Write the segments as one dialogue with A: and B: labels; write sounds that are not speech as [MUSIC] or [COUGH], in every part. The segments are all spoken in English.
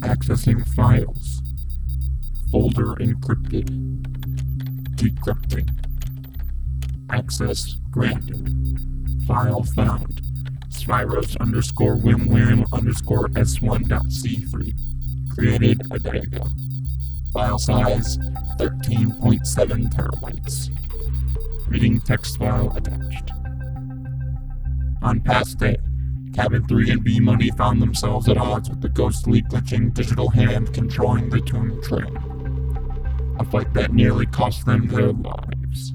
A: Accessing files. Folder encrypted. Decrypting. Access granted. File found. Spyros underscore wimwim underscore s1.c3. Created a data. File size 13.7 terabytes. Reading text file attached. On past day, Cabin 3 and B Money found themselves at odds with the ghostly glitching digital hand controlling the tomb train. A fight that nearly cost them their lives.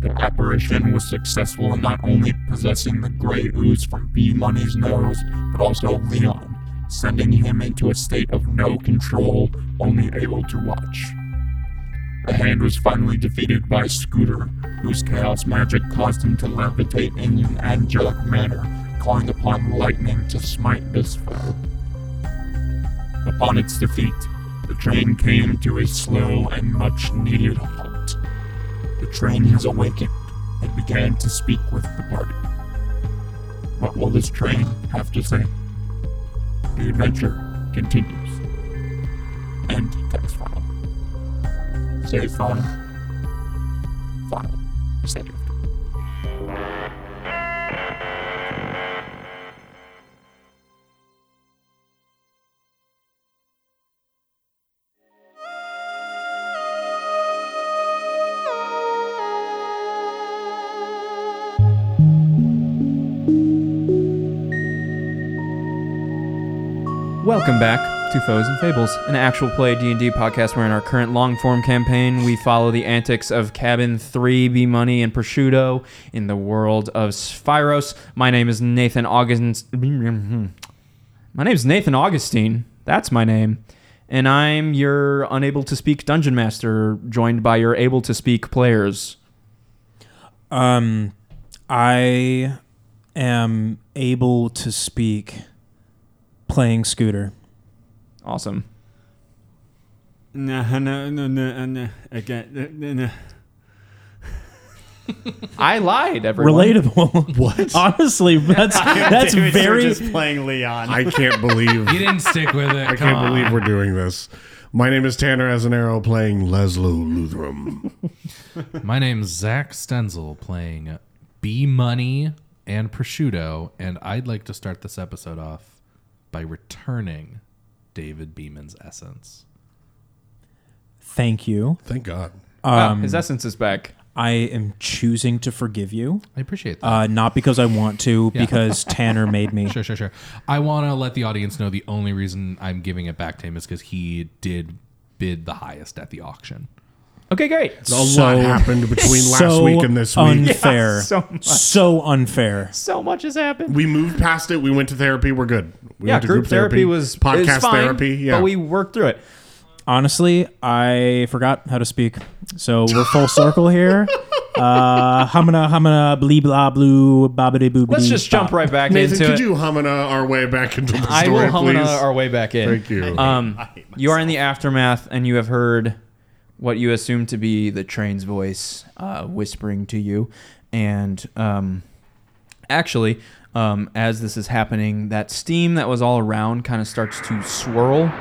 A: The apparition was successful in not only possessing the gray ooze from B Money's nose, but also Leon, sending him into a state of no control, only able to watch. The hand was finally defeated by Scooter, whose chaos magic caused him to levitate in an angelic manner, calling upon lightning to smite this foe. Upon its defeat, the train came to a slow and much needed halt. The train has awakened and began to speak with the party. What will this train have to say? The adventure continues. End text file. Save file. File. Saved.
B: Welcome back to Foes and Fables, an actual play D&D podcast where in our current long-form campaign we follow the antics of Cabin 3, B Money, and Prosciutto in the world of Spyros. My name is Nathan August. [CLEARS THROAT] My name's Nathan Augustine. That's my name. And I'm your unable to speak dungeon master, joined by your able to speak players.
C: Um, I am able to speak playing Scooter.
B: Awesome.
D: No, no, no, no, no. Again, no, no.
B: I lied, everyone.
C: Relatable. [LAUGHS] What? Honestly, that's that's
E: David's
C: very.
E: just playing Leon.
F: I can't believe
G: You didn't stick with it.
F: [LAUGHS] I
G: Come
F: can't
G: on.
F: believe we're doing this. My name is Tanner as an arrow playing Leslo Luthram.
G: My name's Zach Stenzel playing B Money and Prosciutto, and I'd like to start this episode off by returning David Beeman's essence.
C: Thank you.
F: Thank God.
B: Wow, Oh, his essence is back.
C: I am choosing to forgive you,
G: I appreciate that.
C: uh, not because I want to, because Tanner made me.
G: sure, sure, sure. I want to let the audience know the only reason I'm giving it back to him is because he did bid the highest at the auction.
B: Okay, great.
F: A lot happened between last
C: so
F: week and this week.
C: Unfair.
B: Yeah, so much.
C: So unfair.
B: So much has happened.
F: we moved past it. We went to therapy. We're good. We
B: yeah,
F: went to
B: group, therapy, was
F: podcast
B: is fine,
F: therapy. Yeah,
B: but we worked through it.
C: Honestly, I forgot how to speak. So we're full circle here. Uh, humana, humana, blee, blah, blue, babidi, boo,
B: Let's just jump right back
F: Nathan,
B: into
F: Mm. could
B: it.
F: you humana our way back into the
B: I
F: story,
B: will hum
F: please?
B: our way back in.
F: Thank you.
B: Um, you are in the aftermath, and you have heard what you assume to be the train's voice uh, whispering to you. And um, actually, um, as this is happening, that steam that was all around kind of starts to swirl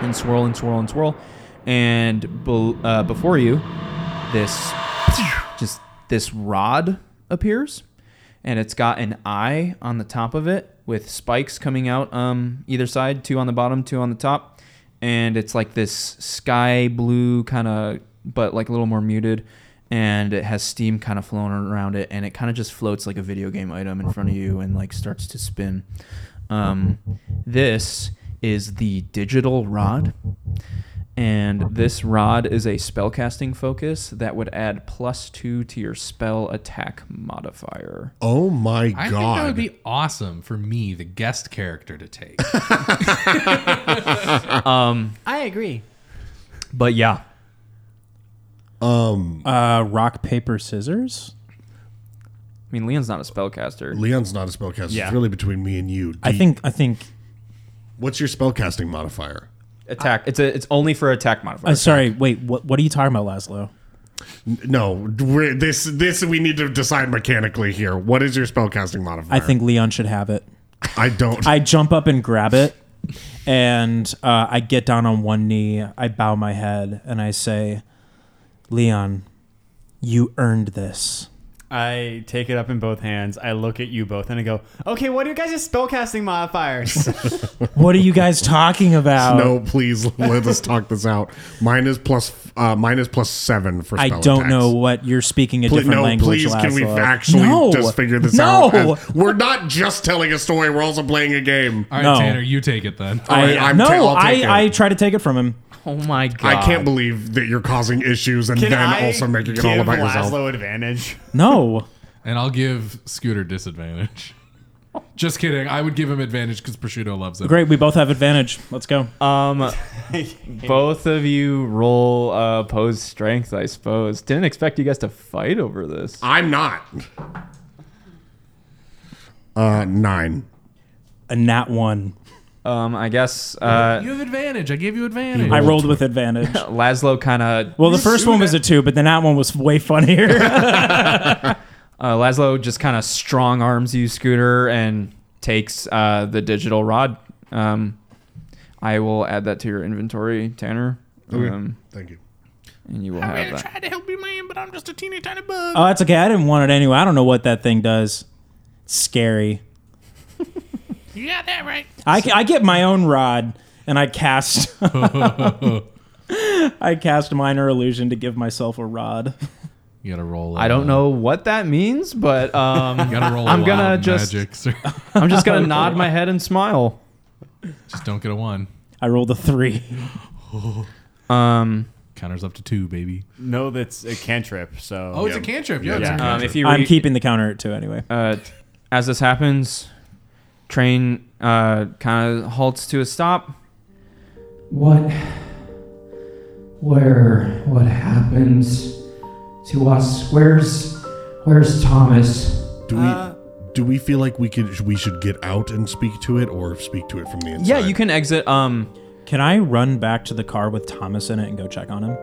B: and swirl and swirl and swirl. And bel uh, before you, this just this rod appears and it's got an eye on the top of it with spikes coming out um, either side, two on the bottom, two on the top, and it's like this sky blue kind of, but like a little more muted, and it has steam kind of flowing around it, and it kind of just floats like a video game item in front of you and like starts to spin. Um, this is the digital rod and this rod is a spellcasting focus that would add plus two to your spell attack modifier.
F: oh my
G: I think that
F: God!
G: would be awesome for me, the guest character, to take.
F: [LAUGHS]
E: I agree.
B: But yeah,
C: Uh, rock, paper, scissors?
B: I mean Leon's not a spellcaster.
F: Leon's not a spellcaster.
E: Yeah.
F: It's really between me and you.
C: I
F: D-
C: think, I think uh,
F: What's your spellcasting modifier?
B: Attack. it's a, it's only for attack modifier.
C: Uh, sorry, wait. What What are you talking about, Laszlo?
F: N- No, we're, this this we need to decide mechanically here. What is your spellcasting modifier?
C: I think Leon should have it.
F: I don't.
C: I jump up and grab it, And uh, I get down on one knee, I bow my head, and I say, Leon, you earned this.
E: I take it up in both hands. I look at you both and I go, okay, what are you guys' spellcasting
F: [LAUGHS]
E: modifiers?
C: What are you guys talking about?
F: no, please [LAUGHS] let us talk this out. Mine is plus uh, mine is plus seven for.
C: I
F: spell
C: don't
F: attacks.
C: know what you're speaking a
F: Pl-
C: different
F: no,
C: language.
F: please, can we
C: Laszlo.
F: actually
C: No.
F: just figure this
C: no.
F: out? as- we're not just telling a story; we're also playing a game.
G: All right,
C: No.
G: Tanner, you take it then.
F: All right,
C: I,
F: I'm
C: no,
F: ta- I'll
C: I,
F: take it.
C: I try to take it from him.
B: Oh my god!
F: I can't believe that you're causing issues and
E: Can
F: then
E: I
F: also making it all
E: give
F: about yourself.
E: Laszlo advantage? [LAUGHS]
C: No.
G: And I'll give Scooter disadvantage. [LAUGHS] Just kidding. I would give him advantage because Prosciutto loves him.
C: Great, we both have advantage. Let's go.
B: Um, both of you roll uh, opposed strength, I suppose. Didn't expect you guys to fight over this.
F: I'm not. Uh, nine.
C: A nat one.
B: Um, I guess uh,
G: You have advantage. I gave you advantage.
C: I rolled with advantage.
B: Laszlo kind of
C: Well, the first one was a two, but the nat one was way funnier. [LAUGHS]
B: uh, Laszlo just kind of strong arms you, Scooter, and takes uh, the digital rod. Um, I will add that to your inventory, Tanner. Um,
F: Thank you.
B: and you will have that.
G: to help you, man, but I'm just a teeny tiny bug.
C: oh, that's okay. I didn't want it anyway. I don't know what that thing does. Scary.
G: you got that right.
C: I, I get my own rod and I
B: [LAUGHS]
C: cast. [LAUGHS] I cast minor illusion to give myself a rod.
G: You gotta roll. uh,
B: I don't know what that means, but
F: [LAUGHS]
B: um,
G: You gotta roll.
B: I'm
G: a
B: gonna
G: wild
B: just-
G: magic,
C: [LAUGHS]
G: sir.
B: I'm just gonna nod my head and smile.
G: just don't get a one.
C: I rolled a three.
B: Um,
G: Counter's up to two, baby.
E: No, that's a cantrip, so.
G: Oh, it's a cantrip. Yeah, it's a
E: Yeah.
B: um,
G: cantrip.
B: if you
C: I'm
B: re-
C: keeping the counter at two anyway.
B: uh, as this happens, train uh, kind of halts to a stop.
H: What? Where? What happens to us? Where's? Where's Thomas?
F: Do we
C: Uh,
F: do we feel like we could we should get out and speak to it or speak to it from the inside?
B: Yeah, you can exit. Um,
C: Can I run back to the car with Thomas in it and go check on him?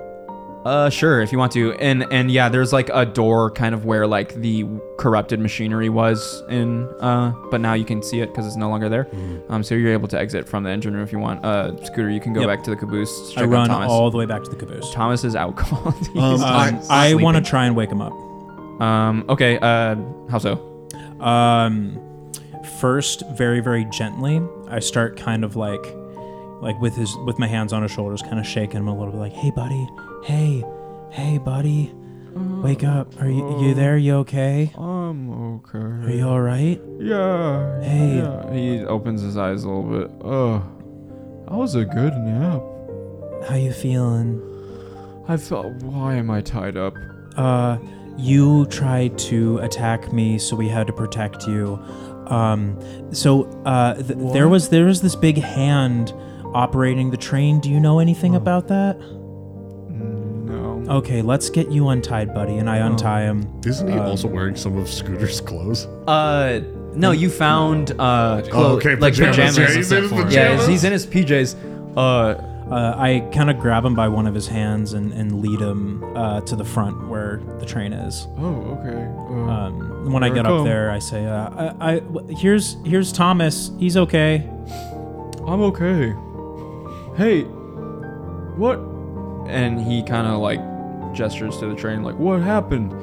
B: uh, sure, if you want to. And and yeah, there's like a door kind of where like the corrupted machinery was in. Uh, but now you can see it because it's no longer there. Um, so you're able to exit from the engine room if you want. Uh, scooter, you can go
C: Yep.
B: back to the caboose. to
C: I
B: check on
C: run
B: Thomas.
C: all the way back to the caboose.
B: Thomas is out [LAUGHS] cold. He's
F: Um,
C: Um,
F: I-
C: I
B: sleeping.
C: want to try and wake him up.
B: Um, okay. Uh, how so?
C: Um, first, very very gently, I start kind of like, like with his with my hands on his shoulders, kind of shaking him a little bit, like, "Hey, buddy, hey, hey, buddy, wake up! Are you, you there? You okay?
B: Um.
C: Are
B: Okay.
C: you all right?
B: Yeah.
C: Hey,
B: He opens his eyes a little bit. Oh, that was a good nap.
C: how you feeling?
B: I felt. Why am I tied up?
C: Uh, you tried to attack me, so we had to protect you. Um, so uh, th- there was there was this big hand operating the train. Do you know anything about that?
B: No.
C: Okay, let's get you untied, buddy. And I untie him.
F: Isn't he also wearing some of Scooter's clothes?
B: Uh, no. You found uh, clo-
F: Oh, okay,
B: like pajamas.
F: pajamas. Yeah, he's in his
G: Yeah,
B: Yeah,
F: pajamas?
B: he's in his PJs. Uh,
C: Uh, I kind of grab him by one of his hands and, and lead him uh, to the front where the train is.
B: oh, okay. Uh,
C: Um, when I
B: Here
C: get
B: I
C: up
B: come.
C: there, I say, uh, I, I w- "Here's here's Thomas. He's okay."
B: I'm okay. Hey, what? And he kind of like gestures to the train, like, "What happened?"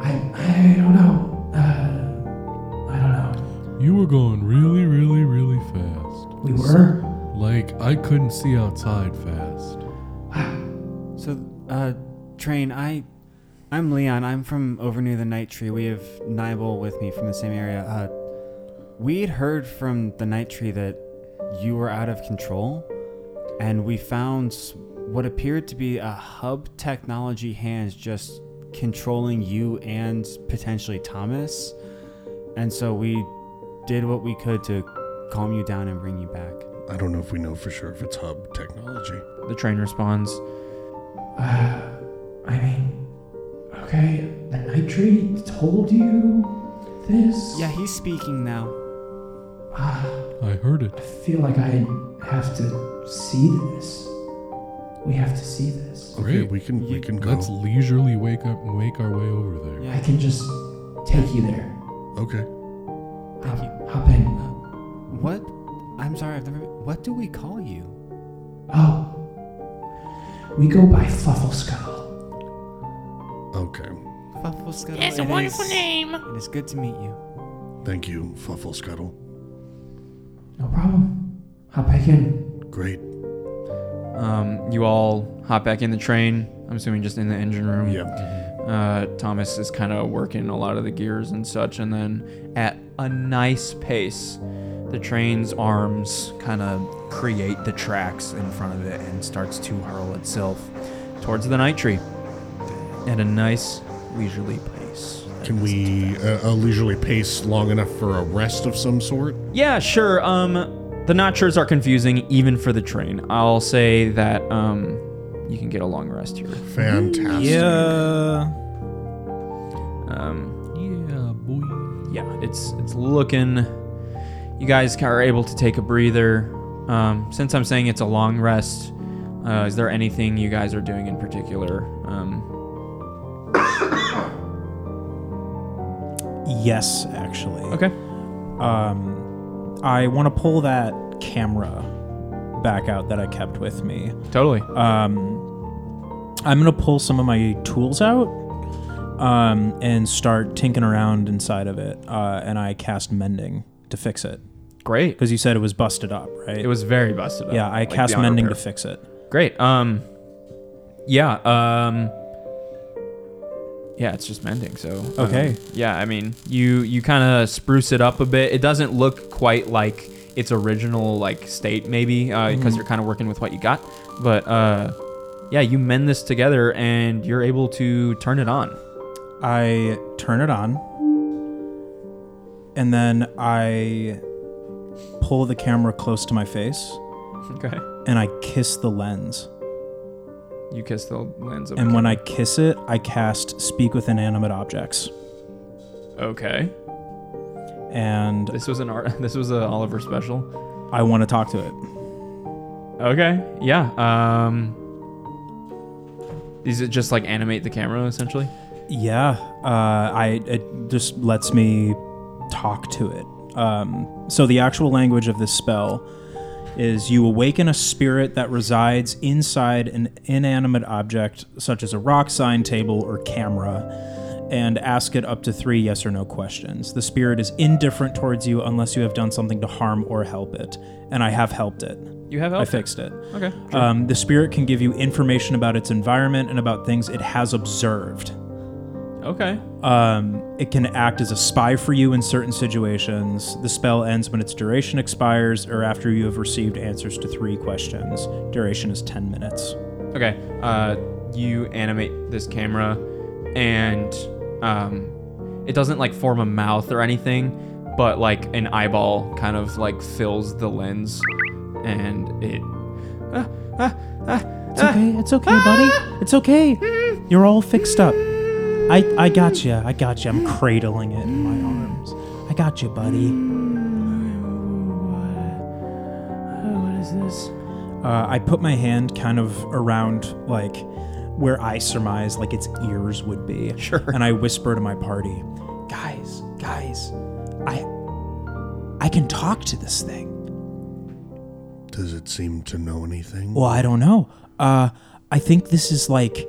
H: I I don't know. Uh, I don't know.
G: you were going really, really, really fast.
H: We were.
G: Like I couldn't see outside fast.
D: So, uh, train. I, I'm Leon. I'm from over near the Night Tree. We have Nibel with me from the same area. Uh, we'd heard from the Night Tree that you were out of control, and we found s- what appeared to be a hub technology hands just controlling you and potentially Thomas. And so we did what we could to calm you down and bring you back.
F: I don't know if we know for sure if it's hub technology.
B: The train responds,
H: uh, I mean, okay. The night tree told you this.
D: Yeah, he's speaking now.
G: I heard it.
H: I feel like I have to see this. We have to see this.
F: Okay,
G: Great.
F: we can we can go.
G: Let's leisurely wake up and make our way over there.
D: Yeah.
H: I can just take you there.
F: Okay.
H: Hop, hop in.
D: What? I'm sorry, I've never. What do we call you?
H: Oh. We go by Fuffle Skull.
F: Okay.
D: Fuffle Scuttle. That's a wonderful name. It is good to meet you.
F: Thank you, Fuffle Scuttle.
H: No problem. Hop back in.
F: Great.
B: Um, you all hop back in the train. I'm assuming just in the engine room.
F: Yeah.
B: Uh, Thomas is kind of working a lot of the gears and such, and then at a nice pace, the train's arms kind of create the tracks in front of it and starts to hurl itself towards the night tree at a nice leisurely pace.
F: Can we uh, a leisurely pace long enough for a rest of some sort?
B: Yeah, sure. Um, the notchers are confusing even for the train. I'll say that um, you can get a long rest here.
F: Fantastic.
C: Yeah.
B: Um,
G: Yeah, boy.
B: yeah, it's it's looking. You guys are able to take a breather. Um, since I'm saying it's a long rest, uh, is there anything you guys are doing in particular? Um,
C: Yes, actually.
B: okay.
C: Um, I want to pull that camera back out that I kept with me.
B: Totally.
C: Um, I'm gonna pull some of my tools out. Um, and start tinking around inside of it. Uh, and I cast mending to fix it
B: Great.
C: because you said it was busted up, right?
B: It was very busted up.
C: Yeah, I
B: like,
C: cast
B: beyond
C: mending
B: repair.
C: to fix it.
B: Great. Um, yeah. Um, yeah, it's just mending. So um,
C: Okay.
B: yeah, I mean, you you kind of spruce it up a bit. It doesn't look quite like its original like state, maybe, uh, because
C: Mm-hmm.
B: you're kind of working with what you got. But uh, yeah, you mend this together, and you're able to turn it
C: [LAUGHS]
B: on.
C: I turn it on. And then I pull the camera close to my face
B: Okay.
C: and I kiss the lens.
B: You kiss the lens of.
C: And when I kiss it, I cast speak with inanimate objects.
B: okay,
C: And
B: this was an art. [LAUGHS] This was an Oliver special.
C: I want to talk to it.
B: Okay. Yeah. Um Is it just like animate the camera essentially?
C: Yeah, uh, I it just lets me talk to it. Um, so the actual language of this spell is you awaken a spirit that resides inside an inanimate object such as a rock sign, table, or camera. And ask it up to three yes or no questions. The spirit is indifferent towards you unless you have done something to harm or help it. And I have helped it.
B: You have
C: I
B: help.
C: fixed it.
B: Okay.
C: Um, the spirit can give you information about its environment and about things it has observed.
B: Okay.
C: Um, it can act as a spy for you in certain situations. The spell ends when its duration expires or after you have received answers to three questions. Duration is 10 minutes.
B: Okay. Uh you animate this camera and um it doesn't like form a mouth or anything, but like an eyeball kind of like fills the lens and it
C: It's okay. It's okay, buddy. It's okay. You're all fixed up. I, I got you. I got you. I'm cradling it in my arms. I got you, buddy.
B: what is this?
C: Uh, I put my hand kind of around, like, where I surmise, like, its ears would be.
B: Sure.
C: and I whisper to my party, "Guys, guys, I I can talk to this thing."
F: Does it seem to know anything?
C: Well, I don't know. Uh I think this is like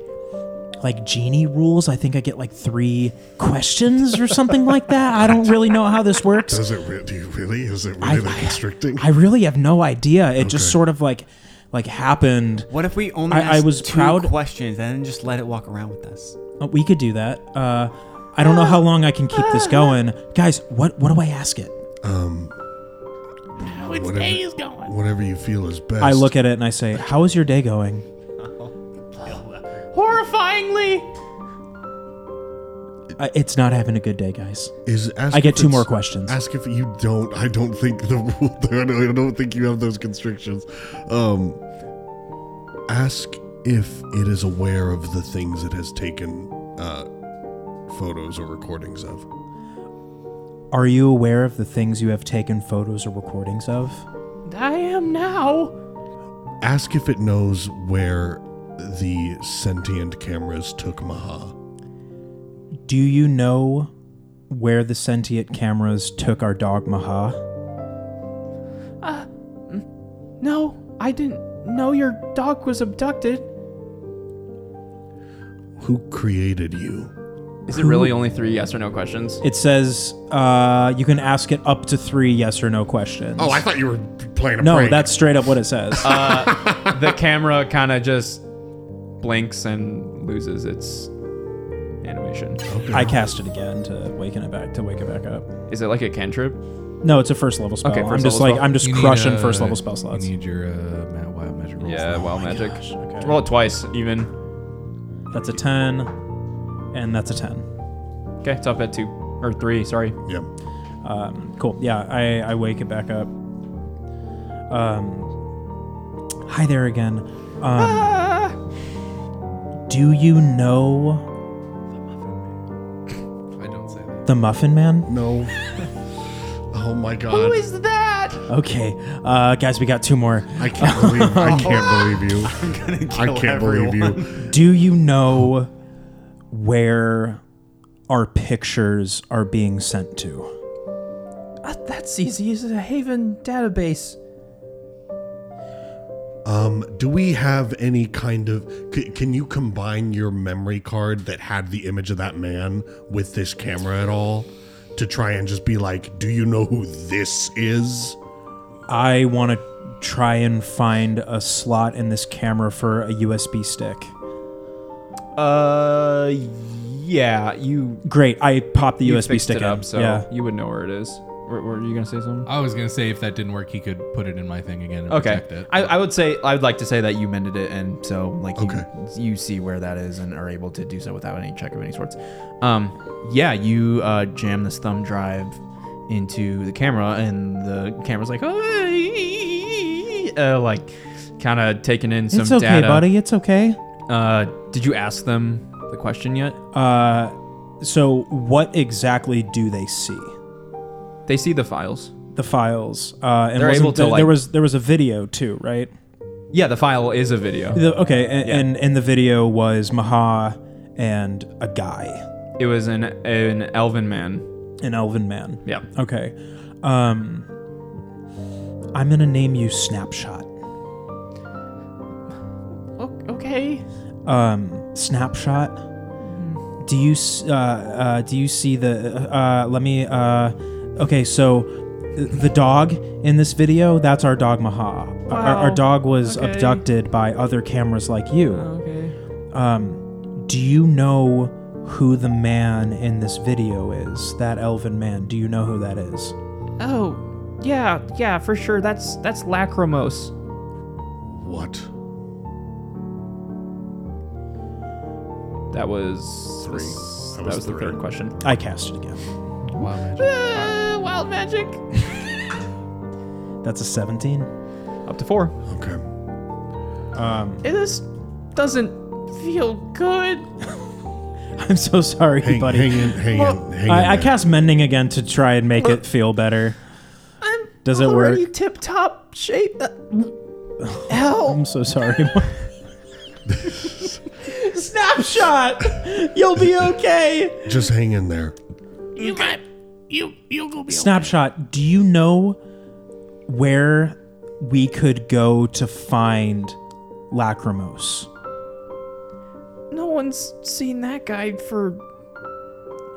C: like genie rules. I think I get like 3 questions or something like that. I don't really know how this works.
F: Does it re- do you really? Is it
C: I-
F: really that
C: I-
F: constricting?
C: I really have no idea. It just
F: Okay.
C: sort of like like happened.
D: What if we only
C: I- I
D: asked
C: was
D: two
C: proud-
D: questions and then just let it walk around with us?
C: Uh, We could do that. Uh I don't know how long I can keep this going. Guys, what what do I ask it?
F: um, whatever, whatever you feel is best.
C: I look at it and I say, "How is your day going?" Horrifyingly. Uh, it's not having a good day, guys.
F: Is ask
C: I get
F: if
C: two
F: it's-
C: more questions.
F: Ask if you don't. I don't think the [LAUGHS] rule. I don't- I don't think you have those constrictions. Um, ask if it is aware of the things it has taken uh, photos or recordings of.
C: Are you aware of the things you have taken photos or recordings of?
H: I am now.
F: Ask if it knows where the sentient cameras took Maha.
C: Do you know where the sentient cameras took our dog Maha?
B: No, I didn't know your dog was abducted.
F: Who created you?
I: Is it really only three yes or no questions?
B: [LAUGHS]
C: It says uh, you can ask it up to three yes or no questions.
F: Oh, I thought you were playing a
C: no,
F: prank.
C: that's straight up what it says.
I: Uh, the camera kind of just blinks and loses its animation.
C: [LAUGHS] I cast it again to waken it back to wake it back up.
I: Is it like a cantrip?
C: No, it's a first level spell.
I: Okay,
C: I'm
I: first
C: just
I: level
C: like
I: spell.
C: I'm just
G: You need,
C: crushing
G: uh,
C: first level spell slots.
G: You need your uh, ma- wild magic rolls.
I: Yeah,
G: now.
I: wild magic.
C: gosh, okay.
I: Roll it twice, even.
C: That's a ten, and that's a ten.
I: Okay, top at two or three. Sorry.
F: yeah.
C: Um, cool. Yeah, I, I wake it back up. Um, hi there again. Um, Do you know
G: I don't say that.
C: the Muffin Man?
F: [LAUGHS] No. oh my god. Who is
C: Okay, uh, guys, we got two more.
F: I can't believe [LAUGHS] I can't believe you. I can't believe you.
C: Do you know where our pictures are being sent to?
B: Uh, that's easy. It's a Haven database.
F: Um, do we have any kind of? C- can you combine your memory card that had the image of that man with this camera at all to try and just be like, do you know who this is?
C: I want to try and find a slot in this camera for a USB stick.
I: Uh, yeah, you.
C: Great, I popped the
I: you
C: USB
I: fixed
C: stick
I: it
C: in.
I: up, so
C: yeah.
I: you would know where it is. Were, were you gonna say something?
G: I was gonna say if that didn't work, he could put it in my thing again and
B: Okay.
G: protect it.
B: I, I would say I would like to say that you mended it, and so like you,
F: Okay.
B: you see where that is and are able to do so without any check of any sorts. Um, yeah, you uh, jam this thumb drive into the camera, and the camera's like, "Oh, uh, like kind of taking in some
C: It's okay,
B: data.
C: buddy. It's okay.
B: Uh, did you ask them the question yet?
C: Uh, so what exactly do they see?
B: They see the files.
C: The files. Uh, and
B: They're
C: wasn't
B: able to,
C: there,
B: like-
C: there was there was a video too, right?
B: Yeah, the file is a video.
C: The- okay, and,
B: Yeah.
C: and and the video was Maha and a guy,
B: It was an an elven man.
C: an elven man.
B: Yeah.
C: Okay. Um, I'm gonna name you Snapshot.
H: Okay.
C: um, snapshot. Do you s- uh, uh, do you see the? Uh, let me. Uh, okay, so uh, the dog in this video that's our dog Maha. Our, our dog was abducted by other cameras like you. Okay. Um, do you know who the man in this video is? That elven man. Do you know who that is?
H: Oh, yeah, yeah, for sure. That's that's lacrimose.
F: What?
I: That was three. that was, the third question.
C: I cast it again.
G: Wild magic.
H: wild magic.
C: That's a 17.
I: Up to four.
F: Okay.
C: Um,
H: This doesn't feel good.
C: [LAUGHS] I'm so sorry,
F: Hang,
C: buddy.
F: hang in, hang in, hang in.
C: I, I
F: there.
C: cast mending again to try and make it feel better.
H: I'm
C: Does it work?
H: already tip top shape. Uh, Ow!
C: I'm so sorry. [LAUGHS]
H: Snapshot! You'll be okay!
F: Just hang in there.
H: You got. You, you'll go be
C: Snapshot, do you know where we could go to find Lacrimose?
H: No one's seen that guy for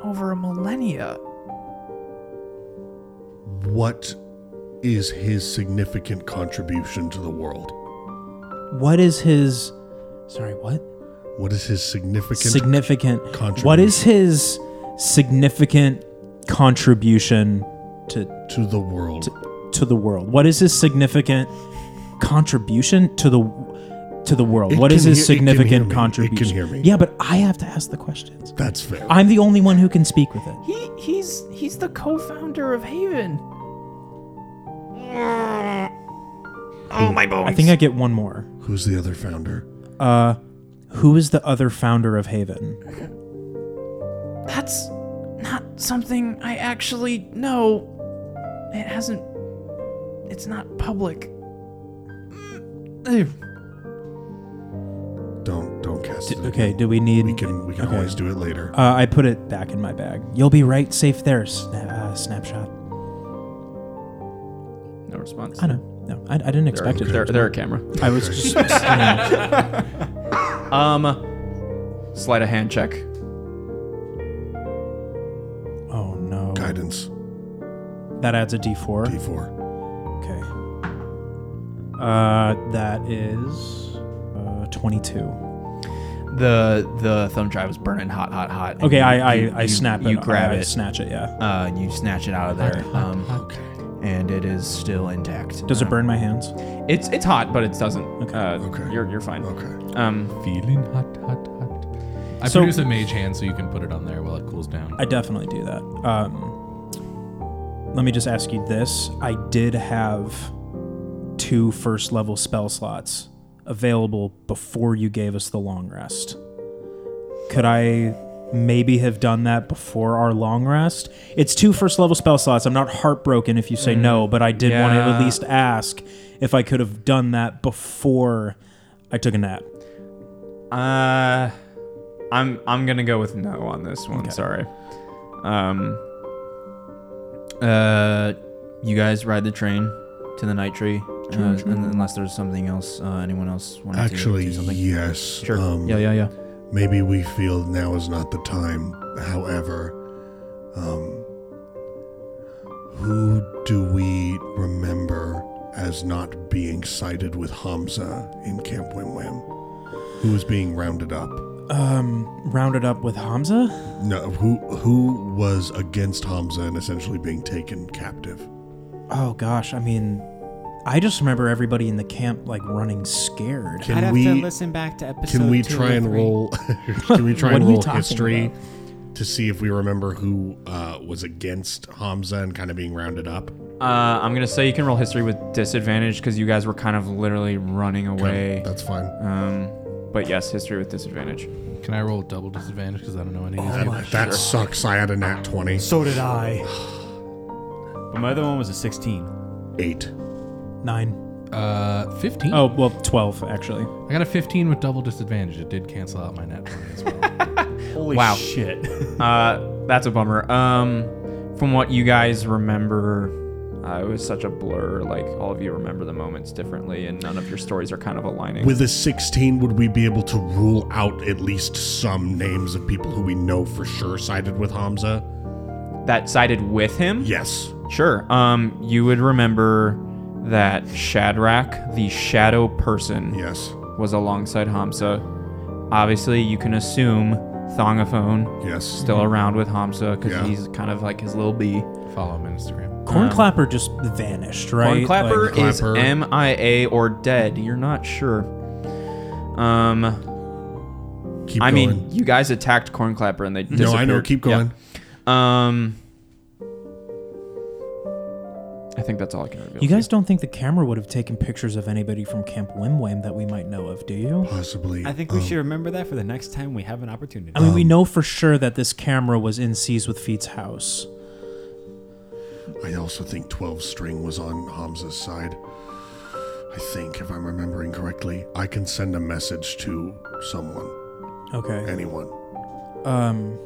H: over a millennia.
F: What is his significant contribution to the world?
C: What is his. Sorry, what?
F: What is his significant?
C: Significant.
F: Contribution.
C: What is his significant contribution to
F: to the world.
C: to the world? What is his significant contribution to the to the world?
F: It
C: what is
F: can
C: his
F: hear- it can hear
C: significant
F: me. It can
C: contribution?
F: hear me.
C: Yeah, but I have to ask the questions.
F: That's fair.
C: I'm the only one who can speak with it.
H: He, he's, he's the co founder of Haven.
C: I think I get one more.
F: Who's the other founder?
C: Uh, who is the other founder of Haven?
H: That's not something I actually know. It hasn't. It's not public.
F: Don't don't cast it.
C: Okay,
F: again.
C: do we need?
F: we can we can
C: okay.
F: always do it later.
C: Uh, I put it back in my bag. You'll be right safe there, sna- uh, snapshot.
I: No response.
C: I know. No, I, I didn't expect it.
I: There, there a camera.
C: I
F: [LAUGHS]
C: was just. you know,
I: Um, sleight of hand check.
C: oh no.
F: Guidance
C: That adds a D4.
F: D4.
C: Okay. Uh, that is uh, 22.
B: The the thumb drive is burning hot, hot, hot. and
C: Okay,
B: you-
C: I I,
B: you-
C: I
B: you-
C: snap it.
B: You grab
C: I, I
B: it,
C: snatch it. Yeah.
B: uh, and you snatch it out of there, um,
F: Okay.
B: and it is still intact.
C: Does
B: Uh,
C: it burn my hands?
I: It's it's hot, but it doesn't.
C: Okay.
I: Uh,
F: Okay.
I: You're you're fine.
F: Okay.
I: Um,
G: Feeling hot, hot, hot. I
C: So-
G: produce a mage hand so you can put it on there while it cools down.
C: I definitely do that. Um, let me just ask you this: I did have two first level spell slots available before you gave us the long rest. Could I maybe have done that before our long rest? It's two first level spell slots. I'm not heartbroken if you say no, but I did want to at
I: yeah.
C: least ask if I could have done that before I took a nap.
I: uh, I'm I'm gonna go with no on this one. Sorry. Um,
B: Uh, you guys ride the train to the night tree, uh, un- unless there's something else. Uh, anyone else wanted
F: Actually,
B: to do something?
F: yes.
B: Sure.
F: Um,
B: yeah, yeah, yeah.
F: Maybe we feel now is not the time. However, um, who do we remember as not being sighted with Hamza in Camp Wim Wam? Who was being rounded up?
C: Um, rounded up with Hamza.
F: No, who who was against Hamza and essentially being taken captive?
C: Oh gosh, I mean, I just remember everybody in the camp like running scared.
F: Can
D: I'd have
F: we
D: to listen back to episode.
F: can we
D: two
F: try
D: or
F: and
D: three.
F: roll? [LAUGHS] can we try
C: What
F: and
C: are you
F: roll
C: talking
F: history to see if we remember who uh, was against Hamza and kind of being rounded up?
I: uh, I'm gonna say you can roll history with disadvantage because you guys were kind of literally running away.
F: That's fine.
I: Um, but yes, history with disadvantage.
G: Can I roll double disadvantage because I don't know any of these people?
F: That sucks. I had a nat 20.
E: So did I. [SIGHS] But my other one was a 16.
F: Eight.
C: [LAUGHS] Nine.
G: Uh, 15.
C: Oh well, twelve actually.
G: I got a 15 with double disadvantage. It did cancel out my net 20 as well. [LAUGHS]
E: Holy
I: Wow.
E: shit.
I: Uh, that's a bummer. Um, from what you guys remember, uh, it was such a blur. Like all of you remember the moments differently, and none of your stories are kind of aligning.
F: With a 16, would we be able to rule out at least some names of people who we know for sure sided with Hamza?
I: that sided with him.
F: Yes.
I: Sure. Um, you would remember that Shadrach, the shadow person,
F: Yes.
I: was alongside Hamza. Obviously, you can assume Thongaphone
F: Yes.
I: still around with Hamza because
F: Mm-hmm. Yeah.
I: he's kind of like his little bee.
G: Follow him on Instagram.
E: Um,
C: Corn Clapper just vanished, right?
I: Corn Clapper
C: Like,
I: is
F: Clapper.
I: MIA or dead. You're not sure. Um,
F: Keep
I: I
F: going.
I: mean, you guys attacked Corn Clapper and they disappeared.
F: no, I know. Keep
I: Yeah.
F: going.
I: Um, I think that's all I can reveal.
C: you guys don't think the camera would have taken pictures of anybody from Camp Wimwam that we might know of, do you?
F: Possibly.
D: I think we
F: um,
D: should remember that for the next time we have an opportunity.
C: I mean,
E: Um.
C: we know for sure that this camera was in Seas with Feet's house.
F: I also think 12 string was on Hamza's side. I think, if I'm remembering correctly, I can send a message to someone,
C: Okay.
F: anyone.
C: Um.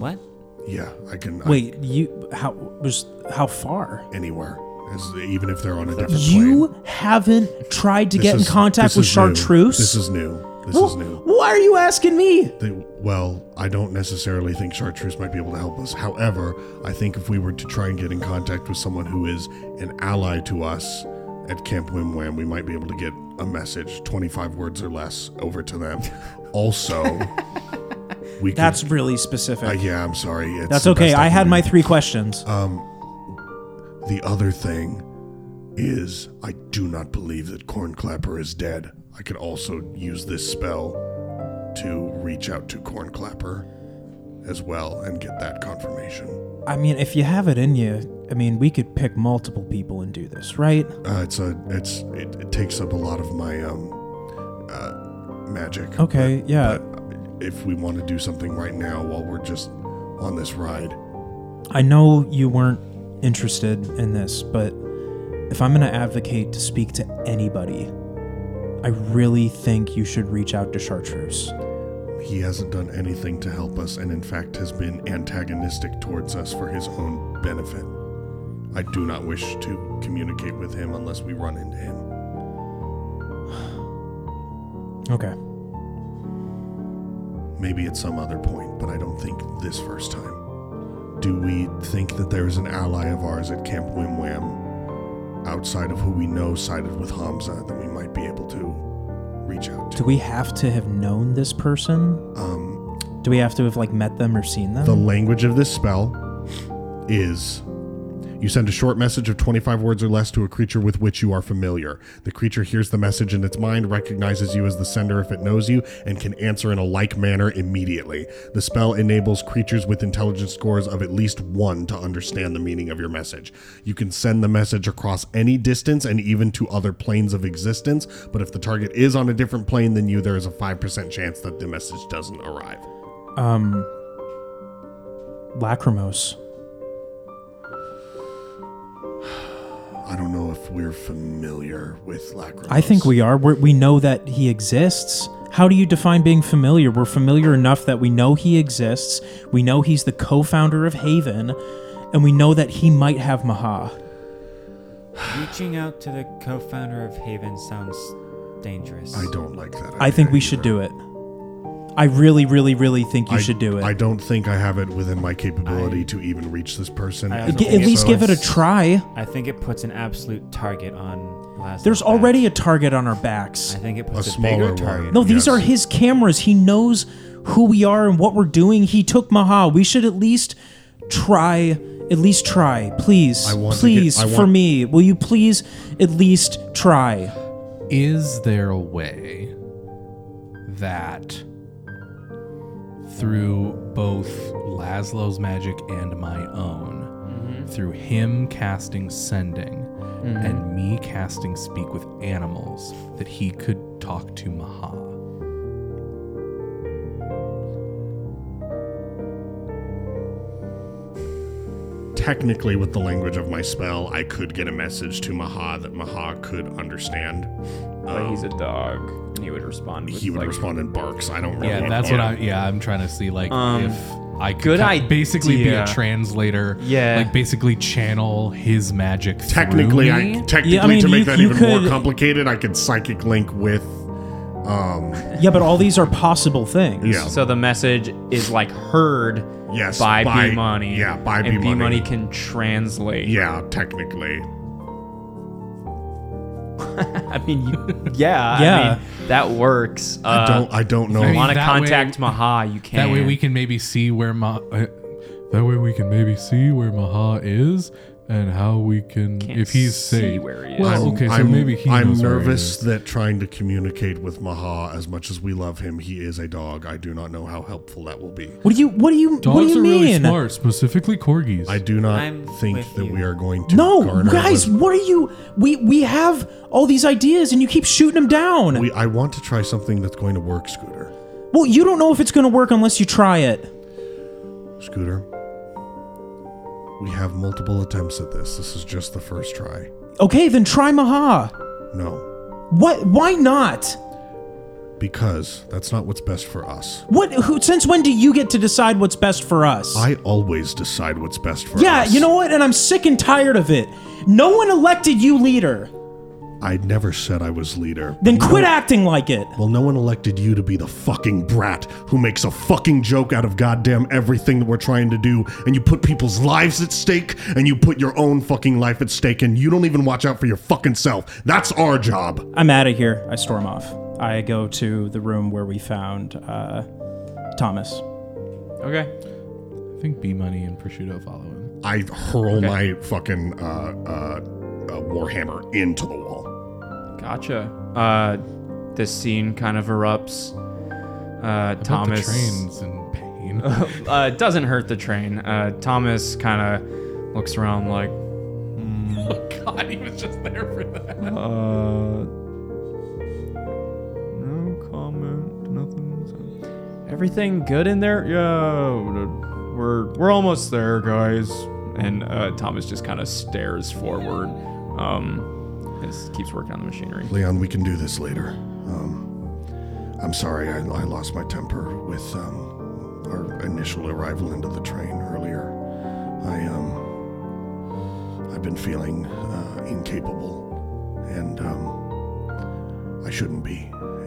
D: what?
F: Yeah, I can. I-
C: Wait, you how was how far?
F: anywhere, as, even if they're on a different plane.
C: You haven't tried to
F: This
C: get in
F: is-
C: contact
F: this
C: with
F: is new.
C: Chartreuse.
F: This is new. This is new.
C: Why are you asking me?
F: They, well, I don't necessarily think Chartreuse might be able to help us. However, I think if we were to try and get in contact with someone who is an ally to us at Camp Wim Wam, we might be able to get a message, 25 words or less, over
C: [LAUGHS]
F: to them. Also, we could-
C: That's really specific.
F: uh, yeah, I'm sorry. It's
C: That's
F: the
C: okay.
F: best
C: I
F: can
C: had
F: do. Uh,
C: my three questions.
F: The other thing is, I do not believe that Cornclapper is dead. I could also use this spell to reach out to Cornclapper as well and get that confirmation.
C: I mean, if you have it in you, I mean, we could pick multiple people and do this, right?
F: Uh, it's a, it's, it, it takes up a lot of my um, uh, magic.
C: Okay,
F: but-
C: yeah.
F: but if we want to do something right now while we're just on this ride, uh,
C: I know you weren't interested in this, but if I'm going to advocate to speak to anybody, I really think you should reach out to Chartreuse.
F: he hasn't done anything to help us, and in fact has been antagonistic towards us for his own benefit. I do not wish to communicate with him unless we run into him.
C: Okay.
F: Maybe at some other point, but I don't think this first time. Do we think that there is an ally of ours at Camp Wim Wham outside of who we know sided with Hamza that we might be able to reach out to?
C: Do we have to have known this person?
F: Um,
C: Do we have to have like met them or seen them?
F: The language of this spell is you send a short message of 25 words or less to a creature with which you are familiar. The creature hears the message in its mind, recognizes you as the sender if it knows you, and can answer in a like manner immediately. The spell enables creatures with intelligence scores of at least one to understand the meaning of your message. You can send the message across any distance and even to other planes of existence, but if the target is on a different plane than you, there is a 5% chance that the message doesn't arrive.
C: um Lacrimose.
F: I don't know if we're familiar with Lacrimose.
C: I think we are. We're, we know that he exists. How do you define being familiar? We're familiar enough that we know he exists. We know he's the co-founder of Haven, and we know that he might have Maha.
D: Reaching out to the co-founder of Haven sounds dangerous.
F: I don't like that.
C: I think we should do it. I really, really, really think you should do it.
F: I don't think I have it within my capability to even reach this person.
D: I
F: and
D: also
C: G-
D: think
C: at
D: it
C: least give it a
D: puts-
C: try.
D: I think it puts an absolute target on Lazarus.
C: There's already a target on our backs.
D: I think it
F: A
D: puts a,
F: smaller
D: bigger
F: one.
D: target.
C: No, these
F: Yes.
C: are his cameras. He knows who we are and what we're doing. He took Maha. We should at least try. At least try, please.
F: I want to get-
C: please,
F: I
C: for
F: want-
C: me. Will you please at least try?
G: Is there a way that through both Laszlo's magic and my own,
I: Mm-hmm.
G: through him casting sending and me casting speak with animals, that he could talk to Maha?
F: technically, with the language of my spell, I could get a message to Maha that Maha could understand.
I: But he's a dog. and He would respond. With,
F: He would
I: like,
F: respond in barks. I don't really.
G: Yeah,
F: want-
G: that's what I. Yeah, I'm trying to see like
I: Um,
G: if I could
I: good
G: ki- basically be a
I: idea.
G: translator.
I: Yeah.
G: like basically channel his magic. through
F: Technically,
G: me?
F: I technically
C: Yeah, I mean,
F: to make
C: you-
F: that
C: you
F: even more
C: could-
F: complicated, I could psychic link with. Um.
C: Yeah, but all these are possible things.
F: Yeah.
I: So the message is like heard
F: Yes.
I: by, B Money.
F: Yeah. By
I: and
F: B money.
I: can translate.
F: Yeah. Technically.
I: I mean, you, [LAUGHS] yeah,
C: Yeah.
I: I mean, that works. Uh,
F: I don't. I don't know.
G: I
I: if you
G: mean,
I: want to
G: that
I: contact
G: way-
I: Maha, you can.
G: That way we can maybe see where Ma. Uh, that way we can maybe see where Maha is and how we can
I: Can't
G: if he's
I: see
G: safe.
I: where he is.
G: Well, Oh, okay, so maybe he
F: I'm
G: knows where he
F: nervous
G: is.
F: that trying to communicate with Maha, as much as we love him, he is a dog. I do not know how helpful that will be.
C: What do you? What do you?
G: Dogs
C: what do you
G: are
C: mean?
G: really smart, specifically corgis.
F: I do not
D: I'm
F: think
D: with
F: that
D: you.
F: we are going to.
C: No,
F: garner
C: guys,
F: with-
C: what are you? We we have all these ideas, and you keep shooting them down.
F: we, I want to try something that's going to work, Scooter.
C: well, you don't know if it's going to work unless you try it.
F: Scooter, we have multiple attempts at this. This is just the first try.
C: Okay, then try Maha.
F: No,
C: What? Why not?
F: because that's not what's best for us.
C: What? Who, since when do you get to decide what's best for us?
F: I always decide what's best for
C: yeah,
F: us.
C: you know what? And I'm sick and tired of it. No one elected you leader.
F: I never said I was leader.
C: Then quit
F: No-
C: acting like it.
F: Well, no one elected you to be the fucking brat who makes a fucking joke out of goddamn everything that we're trying to do, and you put people's lives at stake, and you put your own fucking life at stake, and you don't even watch out for your fucking self. That's our job.
C: I'm out of here. I storm off. I go to the room where we found uh, Thomas.
I: Okay.
G: I think B Money and Prosciutto follow him.
F: I hurl my fucking uh, uh, uh, warhammer into the wall.
I: Gotcha. Uh, this scene kind of erupts. Uh,
G: About
I: Thomas.
G: The trains in
F: [LAUGHS]
G: pain.
I: uh, it doesn't hurt the train. Uh, Thomas kind of looks around like, [LAUGHS]
G: God, he was just there for that.
I: Hmm. uh, no comment, nothing. Everything good in there? Yeah, we're we're almost there, guys. And uh, Thomas just kind of stares forward. Um, and just keeps working on the machinery.
F: Leon, we can do this later. Um, I'm sorry, I, I lost my temper with um, our initial arrival into the train earlier. I um, I I've been feeling uh, incapable, and um, I shouldn't be,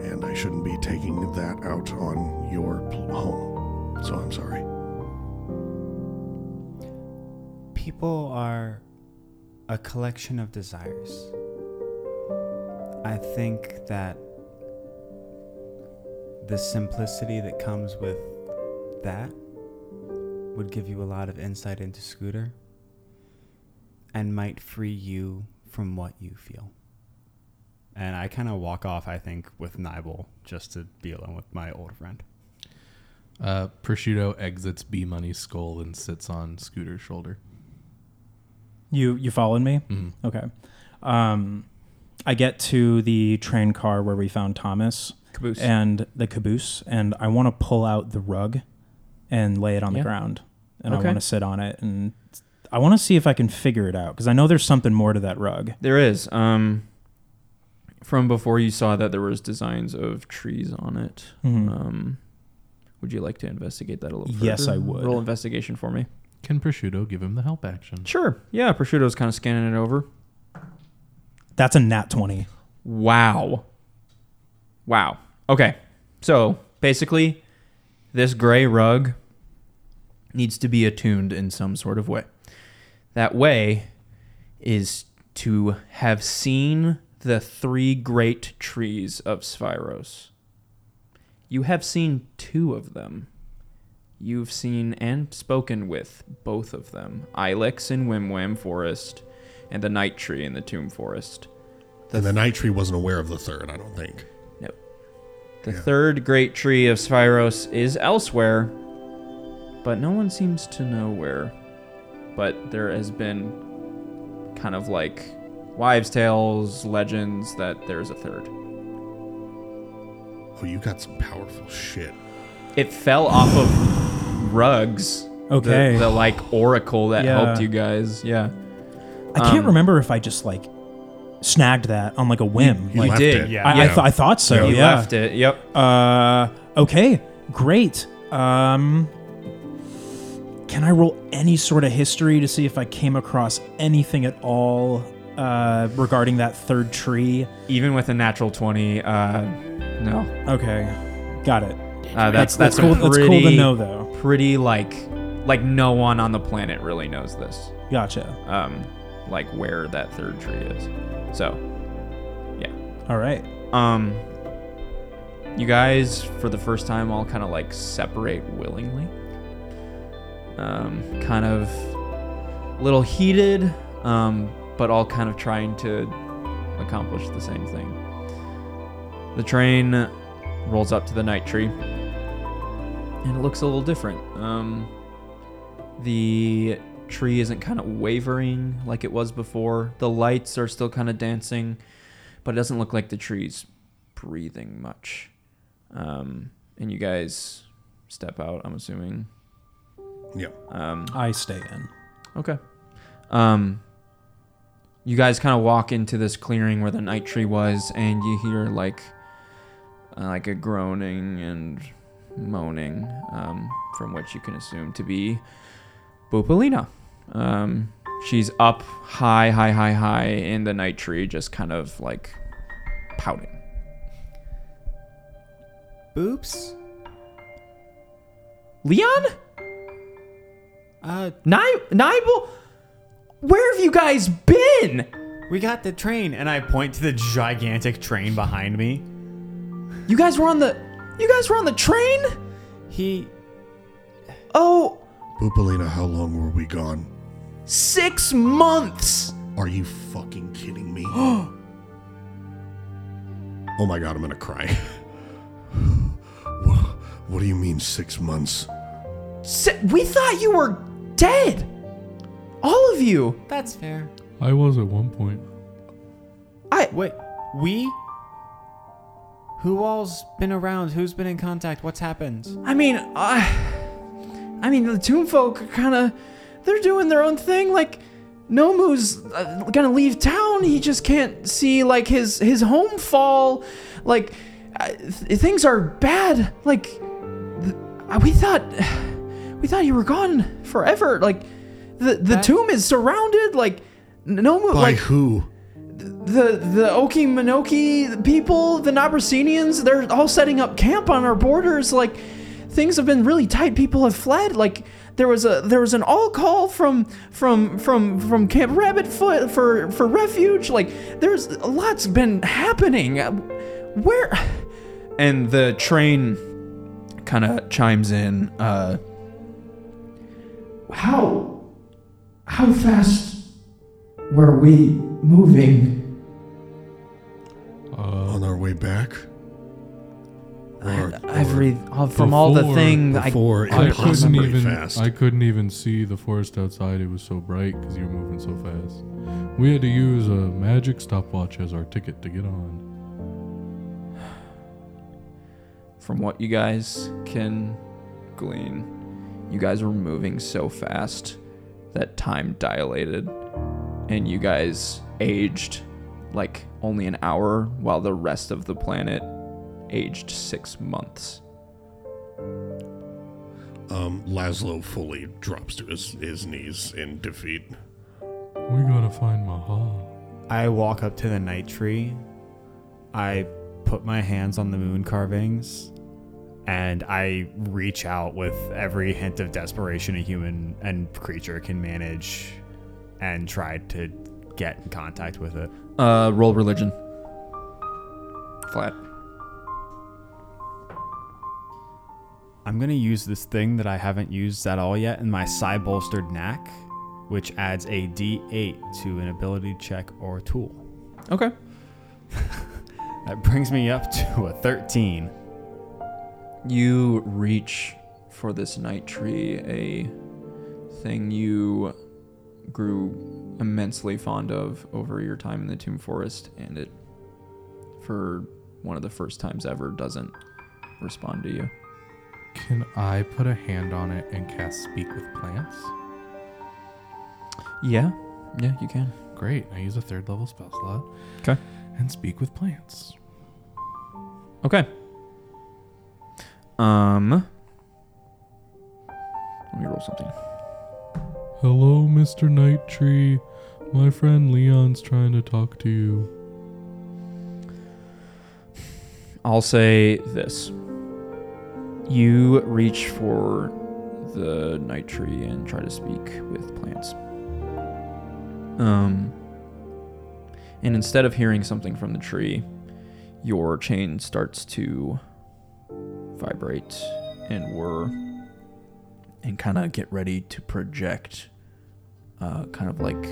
F: and I shouldn't be taking that out on your pl- home. So I'm sorry.
D: People are a collection of desires. I think that the simplicity that comes with that would give you a lot of insight into Scooter and might free you from what you feel.
E: And I kind of walk off, I think, with Nibel just to be alone with my old friend.
G: Uh, prosciutto exits B Money's skull and sits on Scooter's shoulder.
C: You you followed me? Okay. Um, I get to the train car where we found Thomas
B: Caboose.
C: and the caboose, and I want to pull out the rug and lay it on
B: Yeah.
C: the ground, and I
B: Okay.
C: want to sit on it, and I want to see if I can figure it out because I know there's something more to that rug.
B: There is. Um, from before you saw that there was designs of trees on it.
C: Mhm.
B: Um, would you like to investigate that a little?
C: Yes,
B: further?
C: I would.
B: Roll investigation for me.
G: Can Prosciutto give him the help action?
B: Sure. Yeah, prosciutto's kind of scanning it over.
C: That's a nat twenty.
B: Wow. Wow. Okay. So basically, this gray rug needs to be attuned in some sort of way. That way is to have seen the three great trees of Sphyros. You have seen two of them. You've seen and spoken with both of them Ilex in Wimwam Forest and the Night Tree in the Tomb Forest.
F: And the night tree wasn't aware of the third, I don't think.
B: The
F: Yeah.
B: third great tree of Sphyros is elsewhere, but no one seems to know where. But there has been kind of like wives' tales, legends that there's a third.
F: Oh, you got some powerful shit.
B: It fell off of rugs. the-
C: Okay.
B: The, like oracle that
C: Yeah.
B: helped you guys. Yeah.
C: I can't
B: Um,
C: remember if I just like snagged that on like a whim.
F: You
C: like,
F: left
B: did,
F: it.
E: yeah.
C: I, I, th- I thought so.
B: You
C: Oh, yeah.
B: left it. Yep.
C: Uh, okay, great. Um, can I roll any sort of history to see if I came across anything at all uh, regarding that third tree?
B: Even with a natural 20, uh, no.
C: Okay, got it.
B: Uh, that's that's,
C: that's cool.
B: a pretty,
C: That's cool to know, though.
B: pretty like like no one on the planet really knows this.
C: Gotcha.
B: um, like where that third tree is. So,
C: All right.
B: um, you guys for the first time all kind of like separate willingly. Um, kind of a little heated, um, but all kind of trying to accomplish the same thing. The train rolls up to the night tree, and it looks a little different. Um, the tree isn't kind of wavering like it was before. The lights are still kind of dancing, but it doesn't look like the tree's breathing much. Um, and you guys step out, I'm assuming.
F: Yeah.
B: Um,
C: I stay in.
B: Okay. Um, you guys kind of walk into this clearing where the night tree was, and you hear like, uh, like a groaning and moaning, um, from which you can assume to be Bupolina. Um, she's up high, high, high, high in the night tree, just kind of like pouting.
D: Boops?
B: Leon,
D: Uh,
B: Ni- Nibel, where have you guys been?
E: We got the train, and I point to the gigantic train behind me.
B: You guys were on the, you guys were on the train.
D: he.
B: Oh.
F: Bupolina, how long were we gone?
B: six months.
F: Are you fucking kidding
B: [GASPS]
F: me? oh my god, I'm gonna cry. what, what do you mean six months?
B: Si- we thought you were dead. All of you.
D: That's fair.
G: I was at one point.
D: Wait, we? Who all's been around? Who's been in contact? What's happened?
B: I mean, I, I mean, the tomb folk are kind of, they're doing their own thing. Like, Nomu's uh, gonna leave town. He just can't see like his his home fall. Like, uh, th- things are bad. Like, th- uh, we thought, [SIGHS] we thought you were gone forever. Like, the the tomb is surrounded. Like, No, but
F: By
B: like
F: who?
B: the the Okimanoki people, the Nabrasinians, they're all setting up camp on our borders. Like things have been really tight. People have fled. Like there was a there was an all call from from from from Camp Rabbit Foot for for refuge. Like there's a lot's been happening. Uh, Where? And the train kind of chimes in. Uh,
H: How how fast were we moving?
F: On our way back? Or,
B: every all- from all the
G: Before-
B: thing. I,
F: before
G: I couldn't
F: impossibly
G: even.
F: fast.
G: I couldn't even see the forest outside. It was so bright because you were moving so fast. We had to use a magic stopwatch as our ticket to get on.
B: from what you guys can glean, you guys were moving so fast that time dilated and you guys aged like only an hour while the rest of the planet aged six months.
F: um, Laszlo fully drops to his, his knees in defeat.
G: We gotta find Mahal.
D: I walk up to the night tree.
E: I put my hands on the moon carvings and I reach out with every hint of desperation a human and creature can manage and try to get in contact with it.
B: Uh, roll religion. Flat.
E: I'm going to use this thing that I haven't used at all yet in my psi bolstered knack, which adds a d8 to an ability check or tool.
B: Okay.
E: That brings me up to a 13.
B: You reach for this night tree, a thing you grew immensely fond of over your time in the Tomb Forest, and it, for one of the first times ever, doesn't respond to you.
G: Can I put a hand on it and cast Speak with Plants?
B: Yeah, yeah, you can.
G: Great. I use a third level spell slot.
B: 'Kay.
G: And Speak with Plants.
B: Okay. Um, let me roll something.
G: Hello, Mr. Night Tree. My friend Leon's trying to talk to you.
B: I'll say this. You reach for the night tree and try to speak with plants. Um, and instead of hearing something from the tree, your chain starts to vibrate and whir and kind of get ready to project, uh, kind of like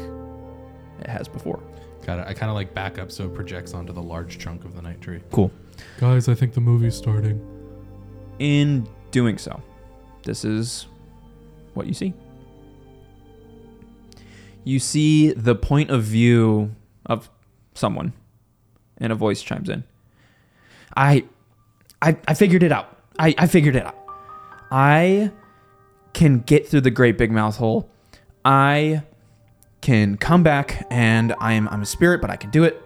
B: it has before.
G: Got it. I kind of like back up so it projects onto the large trunk of the night tree.
B: Cool.
G: Guys, I think the movie's starting.
B: In doing so, this is what you see. You see the point of view of someone, and a voice chimes in. I, I, I figured it out. I, I figured it out. I can get through the great big mouth hole. I can come back, and I'm I'm a spirit, but I can do it.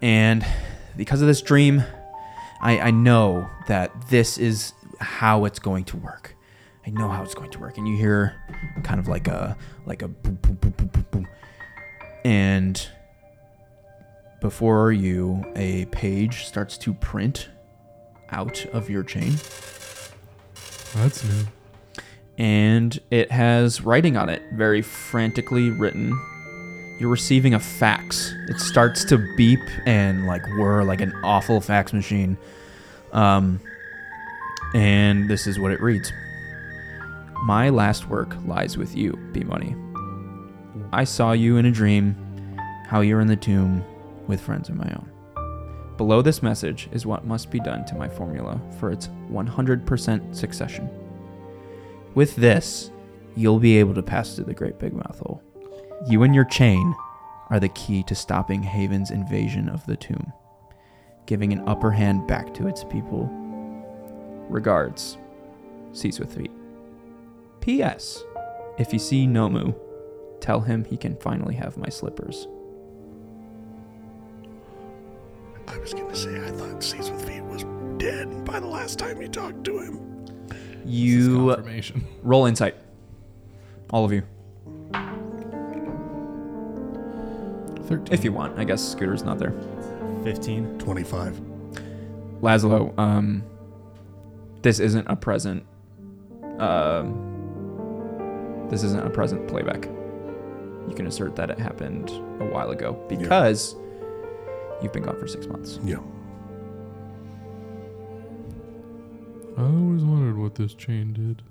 B: And because of this dream, I, I know that this is how it's going to work. I know how it's going to work. And you hear kind of like a like a boom boom boom boom boom boom. And before you, a page starts to print out of your chain.
G: That's new.
B: And it has writing on it, very frantically written. You're receiving a fax. It starts to beep and like whir like an awful fax machine. Um, and this is what it reads My last work lies with you, B Money. I saw you in a dream, how you're in the tomb with friends of my own. Below this message is what must be done to my formula for its 100% succession. With this, you'll be able to pass through the Great Big Mouth Hole. You and your chain are the key to stopping Haven's invasion of the tomb, giving an upper hand back to its people Regards, cease with feet. P.S. If you see Nomu, tell him he can finally have my slippers.
F: I was going to say, I thought Seas with Feet was dead by the last time you talked to him.
G: uh,
B: You
G: [LAUGHS] Confirmation.
B: roll insight. All of you.
G: Thirteen.
I: if you want. I guess Scooter's not there.
E: 15.
F: 25.
I: Laszlo, um, this isn't a present. Um, this isn't a present playback. You can assert that it happened a while ago because you've been gone for six months.
F: Yeah.
G: I always wondered what this chain did.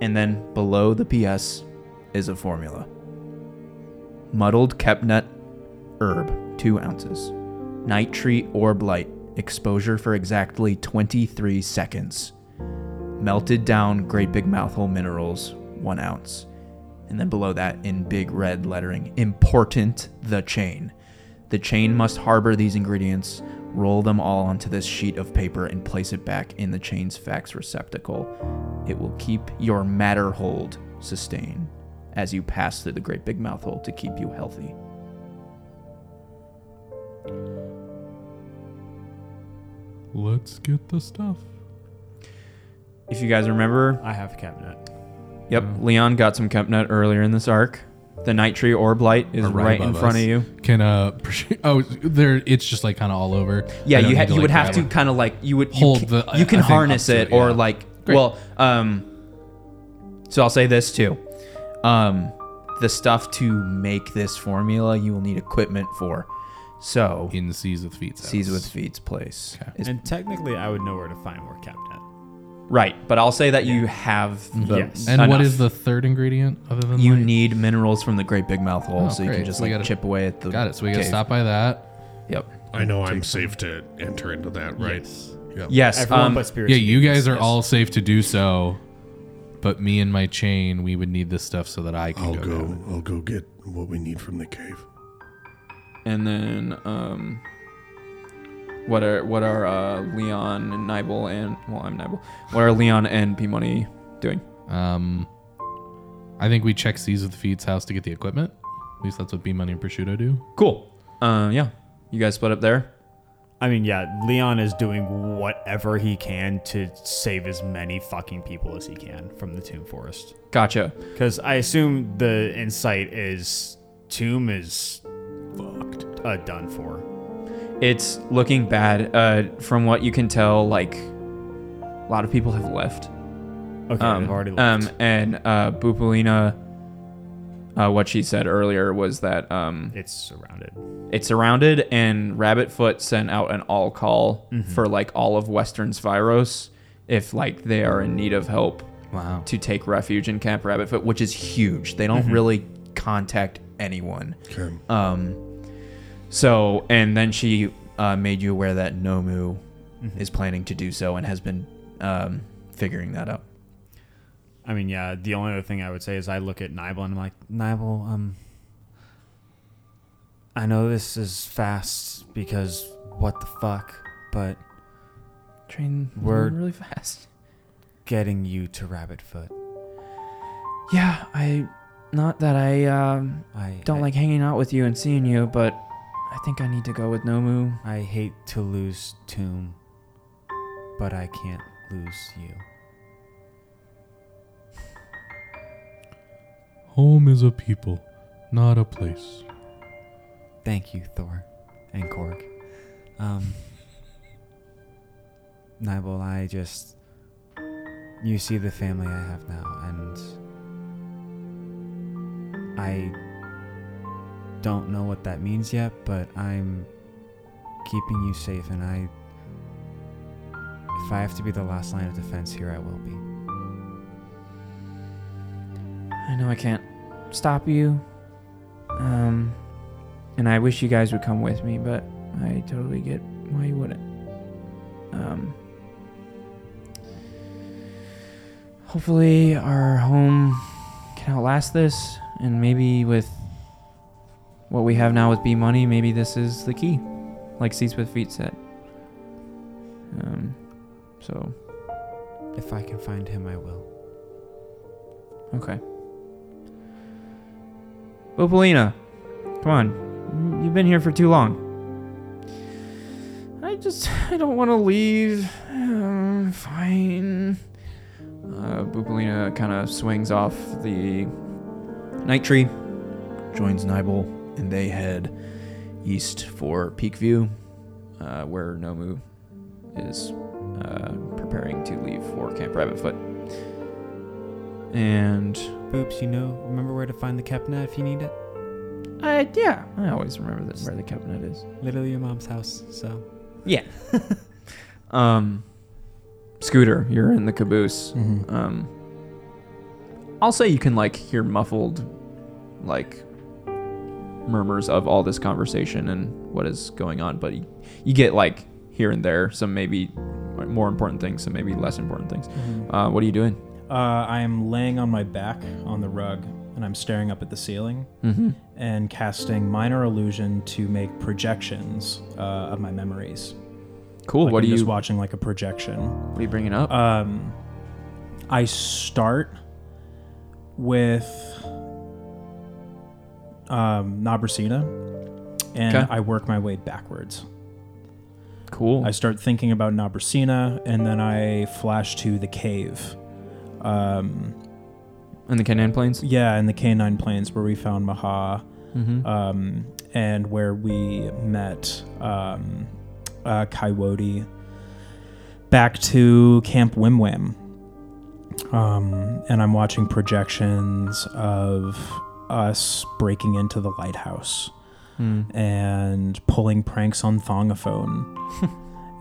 B: And then below the PS is a formula muddled kepnut herb, 2 ounces. Nitrate or blight, exposure for exactly 23 seconds. Melted down great big mouthful minerals, 1 ounce. And then below that, in big red lettering, important the chain. The chain must harbor these ingredients, roll them all onto this sheet of paper, and place it back in the chain's fax receptacle. It will keep your matter hold sustained as you pass through the great big mouth hole to keep you healthy.
G: Let's get the stuff.
B: If you guys remember,
E: I have cabinet.
B: yep, Leon got some Kempnut earlier in this arc. The Nitree Orb Light is
G: Or right
B: right, in
G: above
B: front
G: us.
B: of you.
G: Can uh, [LAUGHS] Prosci- oh, there. It's just like kind of all over.
B: Yeah,
G: I don't
B: you, ha-
G: need
B: you would
G: like,
B: have to
G: grab
B: kind of like you would you
G: Hold
B: can,
G: the-
B: you can
G: I think up
B: harness
G: to
B: it
G: it,
B: or
G: yeah.
B: like
G: Great.
B: well um so I'll say this too um the stuff to make this formula you will need equipment for so
G: it in seas with feet. sounds.
B: sees with feet's place
G: Okay.
B: is,
E: And technically, I would know where to find more cabinet.
B: right but I'll say that you have the
E: Yes.
G: And what
B: enough.
G: is the third ingredient other than
B: you
G: light?
B: need minerals from the great big mouth hole
G: Oh,
B: so you
G: great.
B: can just
G: We
B: like
G: gotta-
B: chip away at the
G: Got it. So we gotta
B: cave.
G: stop by that.
B: yep
F: I know I'm safe to enter into that, right? Yeah.
B: yes
E: Everyone
B: um,
E: but spirits.
G: Yeah, you guys are
E: yes.
G: all safe to do so, but me and my chain, we would need this stuff so that I can
F: I'll
G: go.
F: go.
G: down it.
F: I'll go get what we need from the cave.
I: And then, um, what are what are uh, Leon and Nibel and well, I'm Nibel. What are Leon and P Money doing?
G: Um, I think we check Seas with Feet's house to get the equipment. At least that's what B Money and Prosciutto do.
I: Cool. Uh, yeah, you guys split up there.
E: I mean, yeah, Leon is doing whatever he can to save as many fucking people as he can from the Tomb Forest.
I: Gotcha.
E: Because I assume the insight is Tomb is fucked, uh, done for.
I: It's looking bad. Uh, from what you can tell, like a lot of people have left.
E: Okay,
I: Um,
E: I've already
I: um,
E: left.
I: and uh, Bupolina, uh, what she said earlier was that um,
E: it's surrounded.
I: It's surrounded, and Rabbitfoot sent out an all call for like all of Western Spyros if like they are in need of help
G: Wow.
I: to take refuge in Camp Rabbitfoot, which is huge. They don't really contact anyone.
F: Okay.
B: Um, so, and then she uh, made you aware that Nomu is planning to do so and has been um, figuring that out.
E: I mean, yeah, the only other thing I would say is I look at Nibel and I'm like,
D: Nibel, um, I know this is fast because what the fuck, but
B: Train
D: We're-
B: really fast.
D: getting you to Rabbitfoot,
B: Yeah, I. Not that I um,
D: I
B: don't
D: I-
B: like hanging out with you and seeing you, but I think I need to go with Nomu.
D: I hate to lose Tomb, but I can't lose you.
G: Home is a people, not a place.
D: Thank you, Thor and Korg. Um, Nibel, I just. You see the family I have now, and. I don't know what that means yet, but I'm keeping you safe, and I. If I have to be the last line of defense here, I will be.
B: I know I can't stop you. Um, and I wish you guys would come with me, but I totally get why you wouldn't. Um, hopefully, our home can outlast this, and maybe with what we have now with B Money, maybe this is the key, like Seats with Feet said. Um, so.
D: If I can find him, I will.
B: Okay. Popolina, come on. You've been here for too long. I just, I don't want to leave. Um, fine.
I: Uh, Bupolina kind of swings off the night tree,
B: joins Nibel, and they head east for Peakview, uh, where Nomu is uh, preparing to leave for Camp Rabbitfoot. And
D: Boops, you know, remember where to find the Kepna if you need it?
B: I Uh, yeah, I always remember this where the cabinet is.
D: Literally your mom's house, so.
B: [LAUGHS] Um, Scooter, you're in the caboose. Um, I'll say you can like hear muffled, like murmurs of all this conversation and what is going on, but you, you get like here and there some maybe more important things, some maybe less important things. Uh, what are you doing?
C: Mm-hmm. Uh, I am laying on my back on the rug and I'm staring up at the ceiling and casting minor illusion to make projections uh, of my memories.
B: Cool.
C: Like
B: what are
C: I'm
B: you?
C: just watching like a projection?
B: what are you bringing up?
C: Um, I start with um, Nabrasina and
B: Okay.
C: I work my way backwards.
B: cool.
C: I start thinking about Nabrasina and then I flash to the cave. Um,
B: in the Canaan Plains.
C: Yeah, in the K9 plains where we found Maha,
B: Mm-hmm.
C: um, and where we met um, uh, Coyote. Back to Camp Wim Wim, um, and I'm watching projections of us breaking into the lighthouse
B: Mm-hmm.
C: and pulling pranks on Thongaphone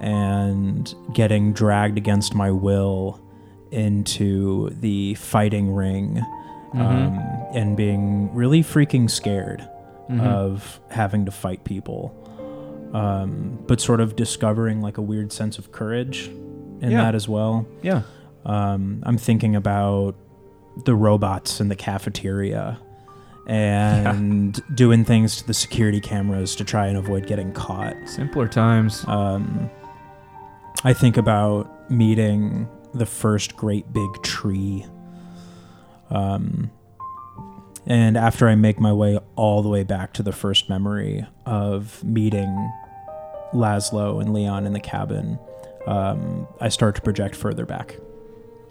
C: and getting dragged against my will into the fighting ring um, and being really freaking scared
B: Mm-hmm.
C: of having to fight people, um, but sort of discovering like a weird sense of courage in
B: Yeah.
C: that as well.
B: Yeah.
C: Um, I'm thinking about the robots in the
B: [LAUGHS]
C: cafeteria and doing things to the security cameras to try and avoid getting caught.
B: Simpler times.
C: Um, I think about meeting the first great big tree. Um, and after I make my way all the way back to the first memory of meeting Laszlo and Leon in the cabin, um, I start to project further back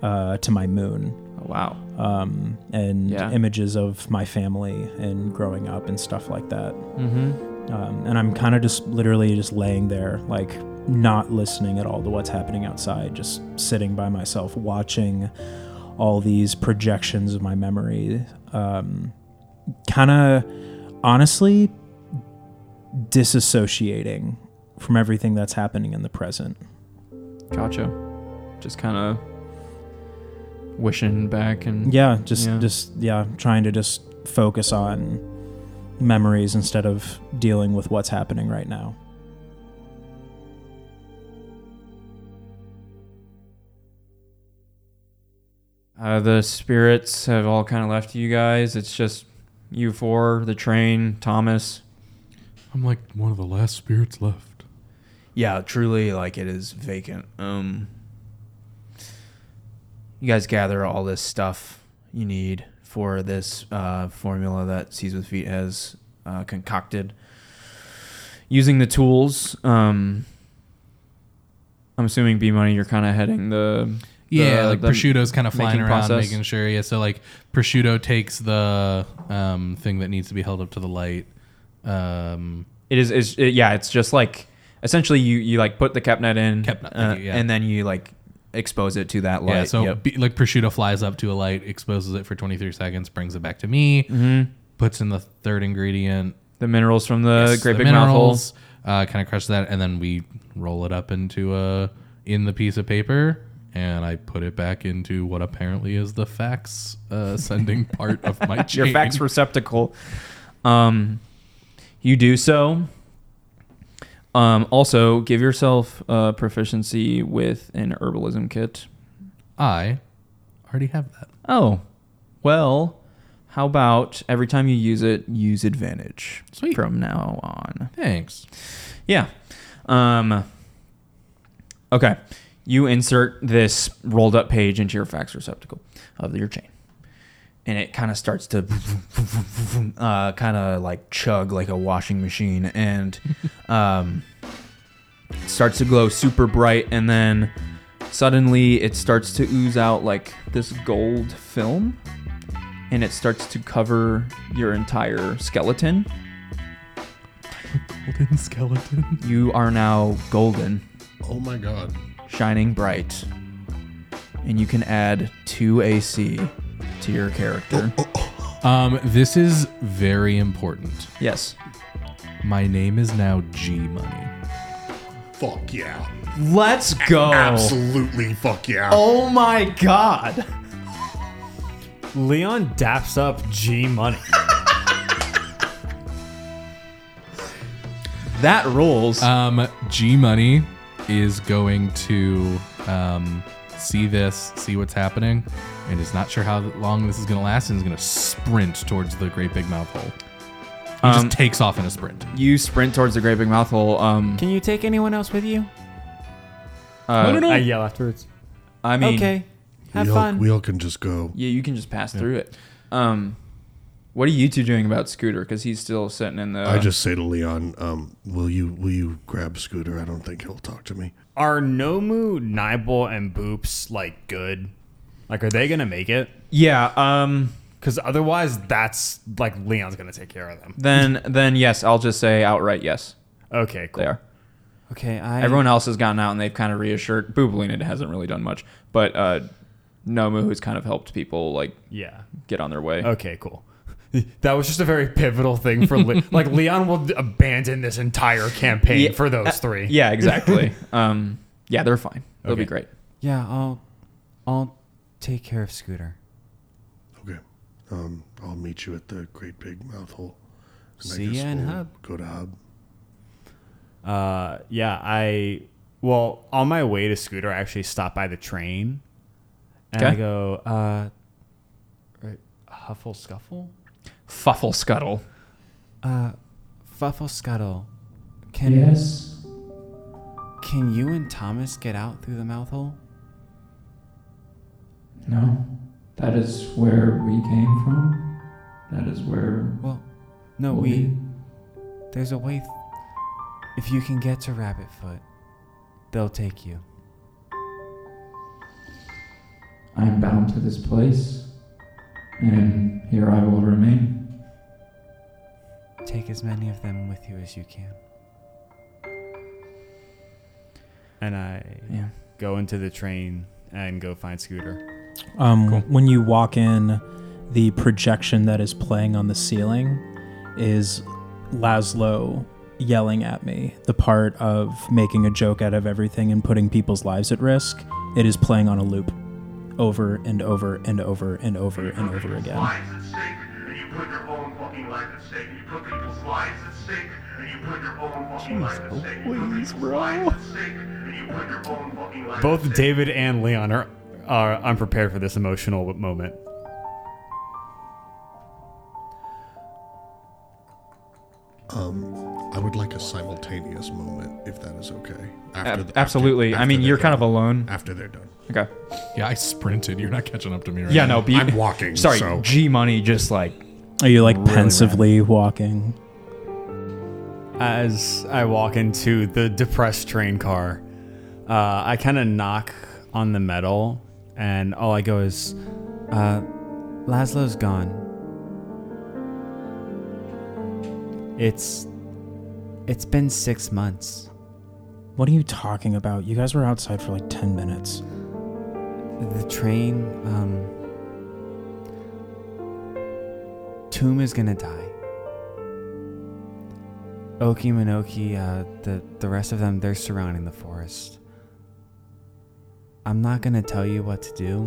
C: uh, to my moon
B: Oh, wow.
C: um, and
B: Yeah.
C: images of my family and growing up and stuff like that
B: Mm-hmm.
C: um, and I'm kind of just literally just laying there, like not listening at all to what's happening outside, just sitting by myself, watching all these projections of my memory. Um, kind of honestly disassociating from everything that's happening in the present.
B: Gotcha. Just kind of wishing back and
C: Yeah, just
B: Yeah.
C: just yeah, trying to just focus on memories instead of dealing with what's happening right now.
B: Uh, the spirits have all kind of left you guys. It's just you four, the train, Thomas.
G: I'm like one of the last spirits left.
B: Yeah, truly, like it is vacant. Um, you guys gather all this stuff you need for this uh, formula that Seas with Feet has uh, concocted using the tools. Um, I'm assuming B Money, you're kind of heading the
G: Yeah,
B: the-
G: like
B: the-
G: prosciutto's kind of flying
B: making
G: around,
B: process.
G: making sure. Yeah, so like prosciutto takes the um, thing that needs to be held up to the light. Um,
B: It is is it, yeah. It's just like essentially you you like put the cap net in,
G: Cap net,
B: uh,
G: thank you, yeah.
B: and then you like expose it to that light.
G: yeah, so
B: Yep.
G: be, like prosciutto flies up to a light, exposes it for 23 seconds, brings it back to me, puts in the third ingredient,
B: Mm-hmm. the minerals from the
G: Yes,
B: great
G: the
B: big mouth hole.
G: minerals, Uh, kind of crush that, and then we roll it up into a in the piece of paper, and I put it back into what apparently is the fax uh, [LAUGHS] sending part of my chain.
B: your
G: [LAUGHS]
B: fax receptacle. Um, you do so. Um, also, give yourself uh, proficiency with an herbalism kit.
G: I already have that.
B: Oh, well, how about every time you use it, use advantage
G: Sweet.
B: from now on.
G: Thanks.
B: Yeah. Um, okay. You insert this rolled up page into your fax receptacle of your chain. And it kind of starts to [LAUGHS] uh, kind of like chug like a washing machine and um, starts to glow super bright. And then suddenly it starts to ooze out like this gold film and it starts to cover your entire skeleton.
G: Golden [LAUGHS] skeleton.
B: You are now golden,
F: Oh my god.
B: shining bright, and you can add two AC to your character.
F: Oh,
G: Um, this is very important.
B: Yes.
G: My name is now G Money.
F: Fuck yeah.
B: Let's go.
F: Absolutely fuck yeah.
B: Oh my god.
E: Leon daps up G Money.
B: That
D: Uh,
B: rules.
G: Um, G Money is going to um, see this, see what's happening, and is not sure how long this is going to last, and is going to sprint towards the great big mouth hole. He
B: Um,
G: just takes off in a sprint.
B: you sprint towards the great big mouthful. Um,
D: Can you take anyone else with you?
B: uh,
E: I yell afterwards.
B: I mean,
D: okay. Have
F: we, all,
D: fun.
F: we all can just go.
B: yeah, you can just pass through it. Um, what are you two doing about Scooter? Because he's still sitting in the.
F: I just say to Leon, um, will you will you grab Scooter? I don't think he'll talk to me.
E: Are Nomu, Nibel, and Boops like good? Like, are they gonna make it?
B: yeah. Um.
E: Because otherwise, that's like Leon's gonna take care of them.
B: Then then yes, I'll just say outright yes.
E: Okay, cool.
B: They are.
D: Okay, I
B: Everyone else has gotten out and they've kind of reassured. Boobalina hasn't really done much, but uh, Nomu who's kind of helped people like
E: Yeah.
B: get on their way.
E: Okay, cool. [LAUGHS] That was just a very pivotal thing for Le- like Leon will d- abandon this entire campaign
B: Yeah.
E: for those three.
B: Yeah, [LAUGHS] exactly. um. Yeah, they're fine. They'll be
E: Okay.
B: great.
D: Yeah, I'll I'll take care of Scooter.
F: Okay. Um, I'll meet you at the great big mouth hole. And
D: See ya in Hub.
F: Go to Hub.
E: Uh, yeah, I well on my way to Scooter, I actually stopped by the train, and I
B: Okay.
E: go, uh, right, Huffle Scuffle.
B: Fuffle scuttle.
D: Uh Fuffle Scuttle. Can
H: Yes.
D: can you and Thomas get out through the mouth hole?
H: No. That is where we came from. That is where
D: Well, no,
H: we'll
D: we
H: be.
D: there's a way th- if you can get to Rabbitfoot, they'll take you.
H: I am bound to this place, and here I will remain.
D: Take as many of them with you as you can.
E: and I
B: Yeah.
E: go into the train and go find Scooter.
C: Um, When you walk in, the projection that is playing on the ceiling is Laszlo yelling at me. The part of making a joke out of everything and putting people's lives at risk, it is playing on a loop over and over and over and over and over again.
J: lives at stake, and you put your own fucking life at stake. You put people's lives at stake, and you put your own fucking life at stake. You put people's lives at stake, and you put your own fucking life at
E: Both
J: stake.
E: David and Leon are are unprepared for this emotional moment.
F: I would like a simultaneous moment, if that is okay.
B: Ab-
F: the-
B: absolutely. I
F: after
B: mean,
F: they're
B: you're kind of
F: done.
B: alone.
F: After they're done.
B: Okay.
G: Yeah, I sprinted. You're not catching up to me right
B: Yeah,
G: now.
B: no, be,
F: I'm walking,
B: Sorry,
F: so-
B: G Money just like
C: Are you like pensively walking?
E: As I walk into the depressed train car, uh, I kind of knock on the metal, and all I go is,
D: Uh Laszlo's gone.
E: "It's
D: It's been 6 months.
C: What are you talking about? You guys were outside for like 10 minutes.
D: The train um Tomb is going to die. Oki Minoki, uh, the, the rest of them, they're surrounding the forest. I'm not gonna tell you what to do.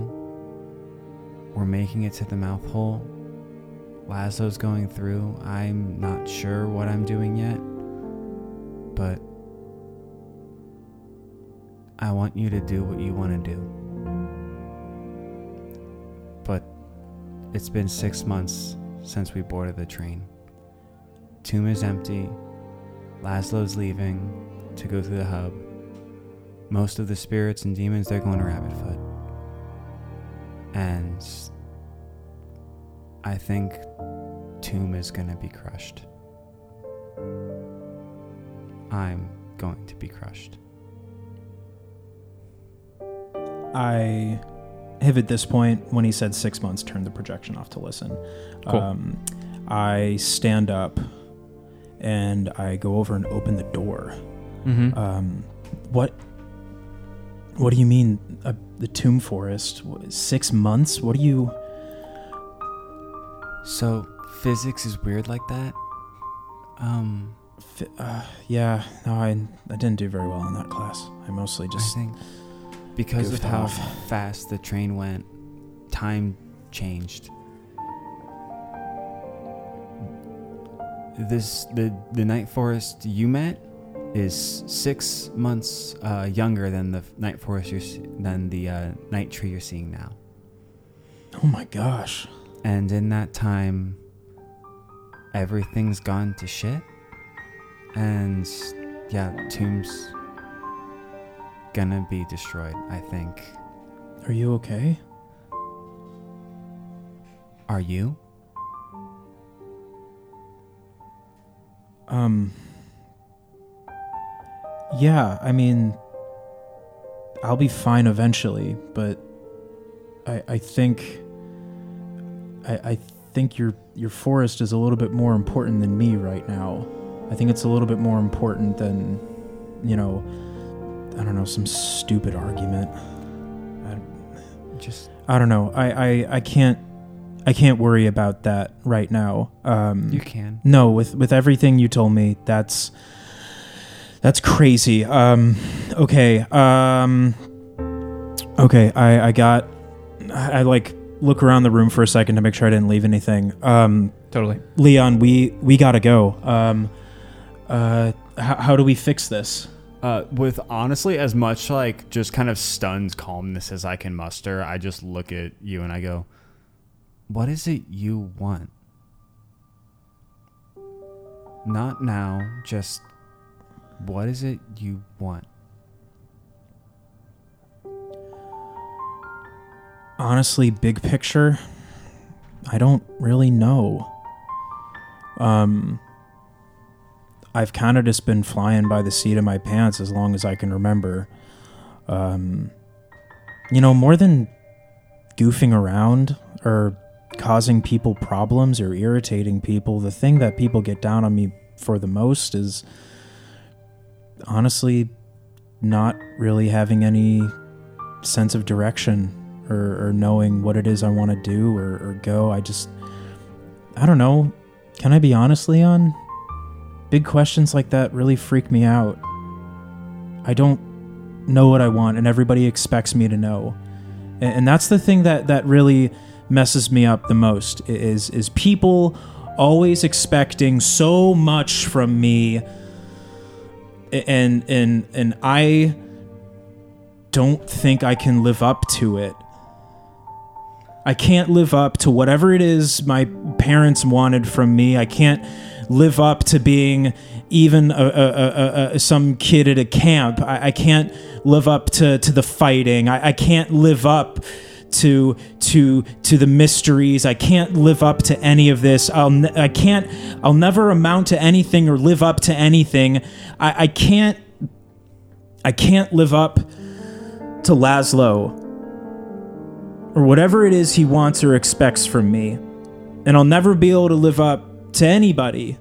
D: We're making it to the mouth hole. Laszlo's going through. I'm not sure what I'm doing yet, but I want you to do what you want to do. But it's been six months since we boarded the train. Tomb is empty. Laszlo's leaving to go through the hub. Most of the spirits and demons, they're going to Rabbitfoot. And I think Tomb is going to be crushed. I'm going to be crushed.
C: I have at this point, when he said six months, turned the projection off to listen.
B: Cool.
C: Um, I stand up and I go over and open the door.
B: Mm-hmm.
C: Um, what? What do you mean, uh, the tomb forest? Wh- Six months? What do you?
D: So physics is weird like that. Um,
C: fi- Uh, yeah, no, I I didn't do very well in that class. I mostly
D: I
C: just
D: think because of
C: goofed
D: how
C: off.
D: fast the train went, time changed. This the the night forest you met is six months uh, younger than the night forest you're, s- than the uh, night tree you're seeing now.
C: oh my gosh,
D: And in that time, everything's gone to shit. And yeah, tomb's gonna be destroyed, I think.
C: are you okay?
D: Are you?
C: Um. Yeah, I mean, I'll be fine eventually, but I I think I I think your your forest is a little bit more important than me right now. I think it's a little bit more important than you know, I don't know, some stupid argument.
D: Just
C: I don't know. I I, I can't I can't worry about that right now. Um,
D: you can.
C: no, with with everything you told me, that's that's crazy. Um, okay. Um, okay. I I got. I, I like look around the room for a second to make sure I didn't leave anything. Um,
B: Totally.
C: Leon, we we gotta go. Um, uh, how, how do we fix this?
E: Uh, with honestly as much like just kind of stunned calmness as I can muster, I just look at you and I go,
D: What is it you want? Not now, just what is it you want?
C: honestly, big picture, I don't really know. Um, I've kind of just been flying by the seat of my pants as long as I can remember. Um, you know, more than goofing around or causing people problems or irritating people, the thing that people get down on me for the most is honestly not really having any sense of direction or, or knowing what it is I want to do or, or go. I just, I don't know. Can I be honest, Leon? Big questions like that really freak me out. I don't know what I want, and everybody expects me to know. A- And, that's the thing that, that really messes me up the most i- is is people always expecting so much from me A- and and and I don't think I can live up to it. I can't live up to whatever it is my parents wanted from me. I can't live up to being even a, a, a, a- a, some kid at a camp. I, I can't live up to, to the fighting. I, I can't live up to to to the mysteries. I can't live up to any of this. I'll ne- I can't. I'll never amount to anything or live up to anything. I, I can't. I can't live up to Laszlo or whatever it is he wants or expects from me. And I'll never be able to live up to anybody.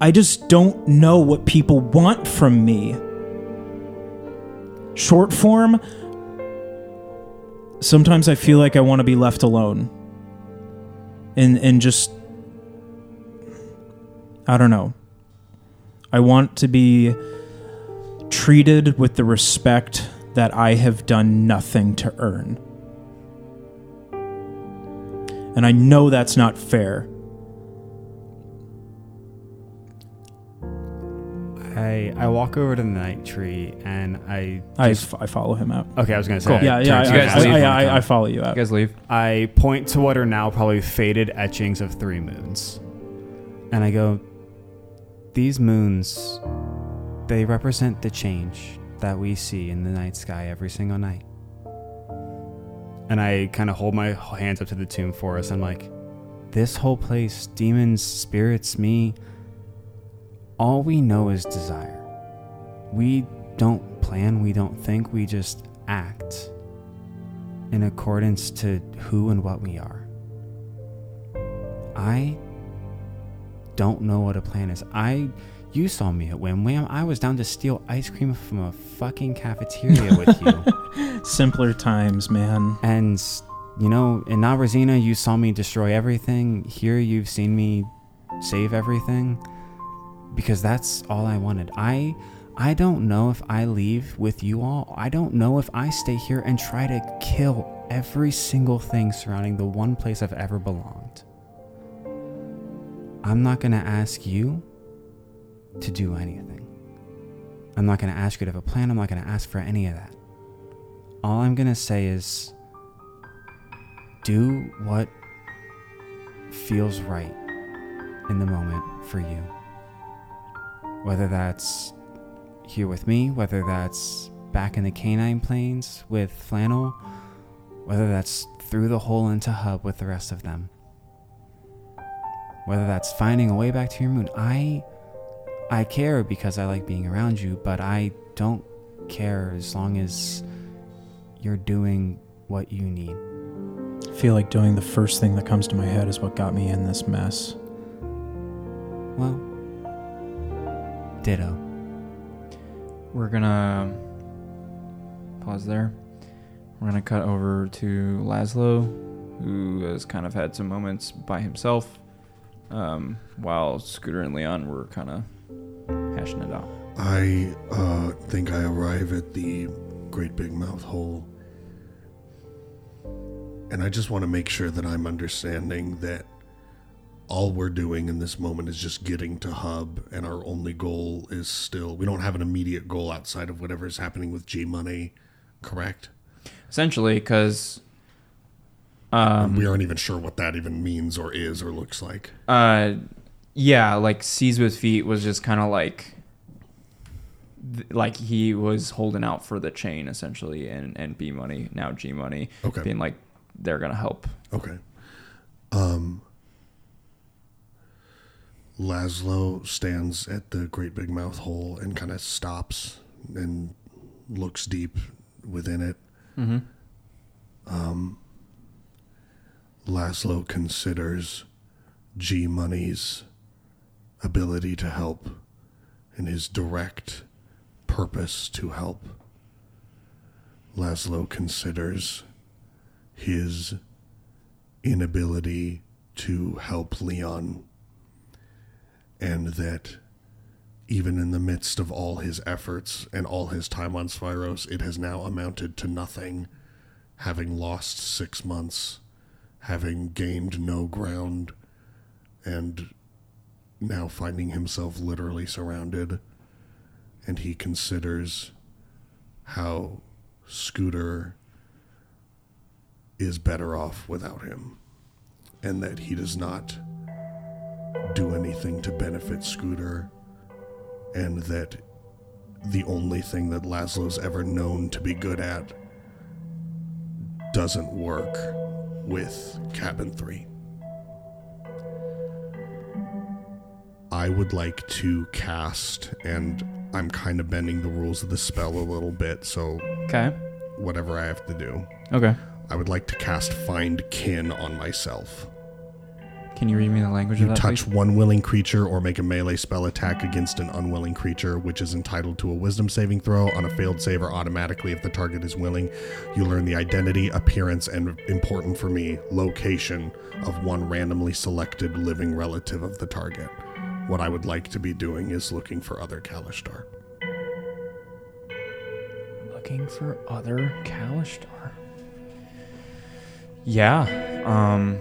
C: I just don't know what people want from me. Short form, sometimes I feel like I want to be left alone. And and just I don't know. I want to be treated with the respect that I have done nothing to earn. And I know that's not fair.
E: I I walk over to the night tree and I
C: I, f- I follow him out.
E: okay, I was gonna say I
C: Yeah, yeah,
E: turn
C: I,
E: to
B: you guys
E: Matt.
C: I,
B: leave
C: I,
B: when
C: I- I follow you out.
B: You guys leave.
E: I point to what are now probably faded etchings of three moons.
D: And I go, These moons, they represent the change that we see in the night sky every single night.
E: And I kind of hold my hands up to the tomb for us. I'm like,
D: This whole place, demons, spirits, me, all we know is desire. We don't plan, we don't think, we just act. in accordance to who and what we are. I don't know what a plan is. I you saw me at Wham Wham. I was down to steal ice cream from a fucking cafeteria with you.
C: Simpler times, man.
D: And you know, in Narazina you saw me destroy everything. Here you've seen me save everything because that's all I wanted. I I don't know if I leave with you all. I don't know if I stay here and try to kill every single thing surrounding the one place I've ever belonged. I'm not going to ask you to do anything. I'm not going to ask you to have a plan. I'm not going to ask for any of that. All I'm going to say is do what feels right in the moment for you. Whether that's here with me, whether that's back in the canine plains with Flannel, whether that's through the hole into Hub with the rest of them, whether that's finding a way back to your moon. I, I care because I like being around you, but I don't care as long as you're doing what you need.
C: I feel like doing the first thing that comes to my head is what got me in this mess.
D: Well, ditto.
B: We're gonna um, pause there. We're gonna cut over to Laszlo, who has kind of had some moments by himself, um, while Scooter and Leon were kind of hashing it out.
F: I uh, think I arrive at the great big mouth hole. And I just want to make sure that I'm understanding that all we're doing in this moment is just getting to hub and our only goal is still we don't have an immediate goal outside of whatever is happening with G money, correct?
B: Essentially, because
F: we aren't even sure what that even means or is or looks like.
B: uh yeah like sees with feet was just kind of like th- like he was holding out for the chain essentially and and b money now g money
F: Okay.
B: being like they're gonna help
F: Okay. Um, Laszlo stands at the great big mouth hole and kind of stops and looks deep within it. Um, Laszlo considers G Money's ability to help and his direct purpose to help. Laszlo considers his inability to help Leon. And that even in the midst of all his efforts and all his time on Spyros, it has now amounted to nothing, having lost six months, having gained no ground, and now finding himself literally surrounded. And he considers how Scooter is better off without him, and that he does not do anything to benefit Scooter, and that the only thing that Laszlo's ever known to be good at doesn't work with Cabin 3. I would like to cast, and I'm kind of bending the rules of the spell a little bit, so
B: okay
F: whatever I have to do.
B: okay
F: I would like to cast Find Kin on myself.
B: Uh, can you read me the language
F: You
B: of that
F: touch
B: please?
F: one willing creature or make a melee spell attack against an unwilling creature, which is entitled to a wisdom saving throw on a failed save or automatically if the target is willing. You learn the identity, appearance, and important for me, location of one randomly selected living relative of the target. What I would like to be doing is looking for other Kalishtar.
B: looking for other Kalistar. yeah um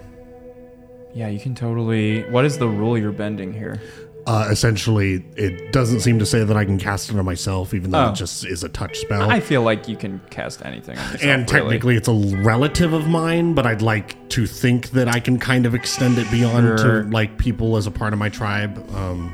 B: yeah you can totally what is the rule you're bending here
F: Uh, essentially, it doesn't seem to say that I can cast it on myself, even though
B: Oh.
F: it just is a touch spell.
B: i feel like you can cast anything on yourself,
F: and
B: really.
F: technically it's a relative of mine but i'd like to think that i can kind of extend it beyond
B: Sure.
F: to like people as a part of my tribe um,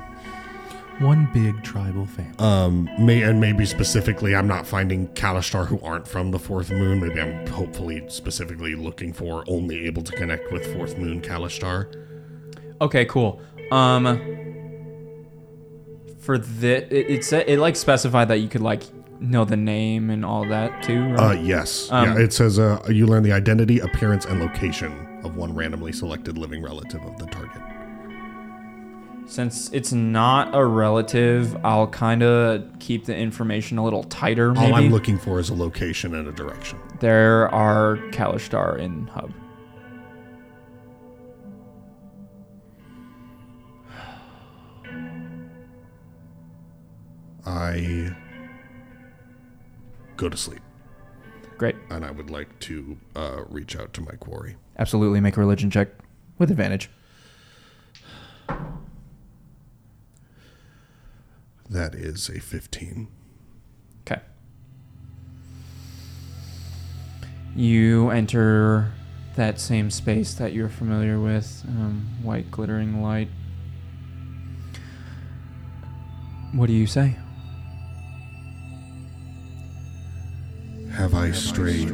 G: One big tribal family.
F: may and maybe specifically i'm not finding kalishtar who aren't from the fourth moon maybe i'm hopefully specifically looking for only able to connect with fourth moon kalishtar
B: Okay, cool. Um, for this, it, it said it like specified that you could like
I: know the name and all that too, right?
F: Uh, yes. yeah, it says uh, you learn the identity, appearance, and location of one randomly selected living relative of the target.
I: Since it's not a relative, I'll kind of keep the information a little tighter. Maybe
F: All I'm looking for is a location and a direction.
I: there are Kalishtar in Hub.
F: I go to sleep,
I: Great,
F: and I would like to uh, reach out to my quarry.
B: Absolutely make a religion check with advantage.
F: That is a 15.
I: okay. You enter that same space that you're familiar with, um, white glittering light. What do you say?
F: Have I strayed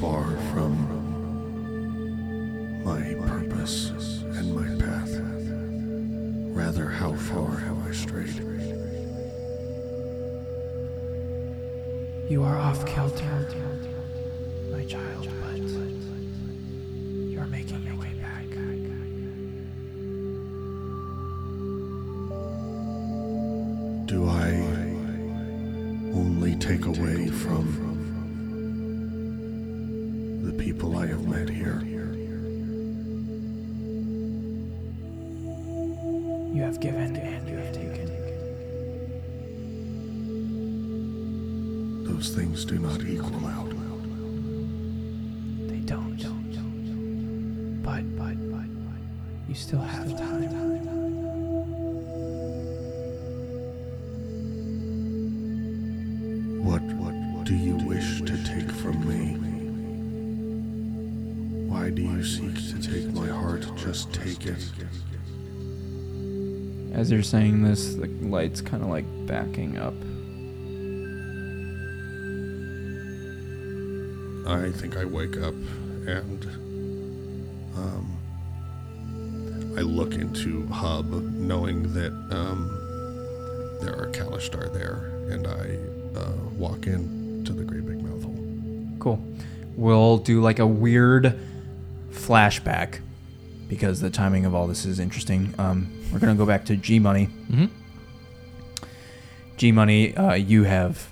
F: far from my purpose and my path? Rather, how far have I strayed?
H: You are off kilter, my child, but you're making your way back.
F: Do I only take away from the people I have met here?
H: You have given and you have taken.
F: Those things do not equal out.
H: They don't. But, but, but, you still have time.
F: What, what do you wish to take from me? Why do you seek to take my heart? Just take it.
I: As you're saying this, the light's kind of like backing up.
F: I think I wake up and um, I look into Hub, knowing that um, there are Kalishtar there, and I uh, walk in to the Great Big Mouth Hole.
B: Cool. We'll do like a weird flashback because the timing of all this is interesting. Um, we're gonna go back to G Money. Mm-hmm.
G: Mm-hmm.
B: G Money, uh, you have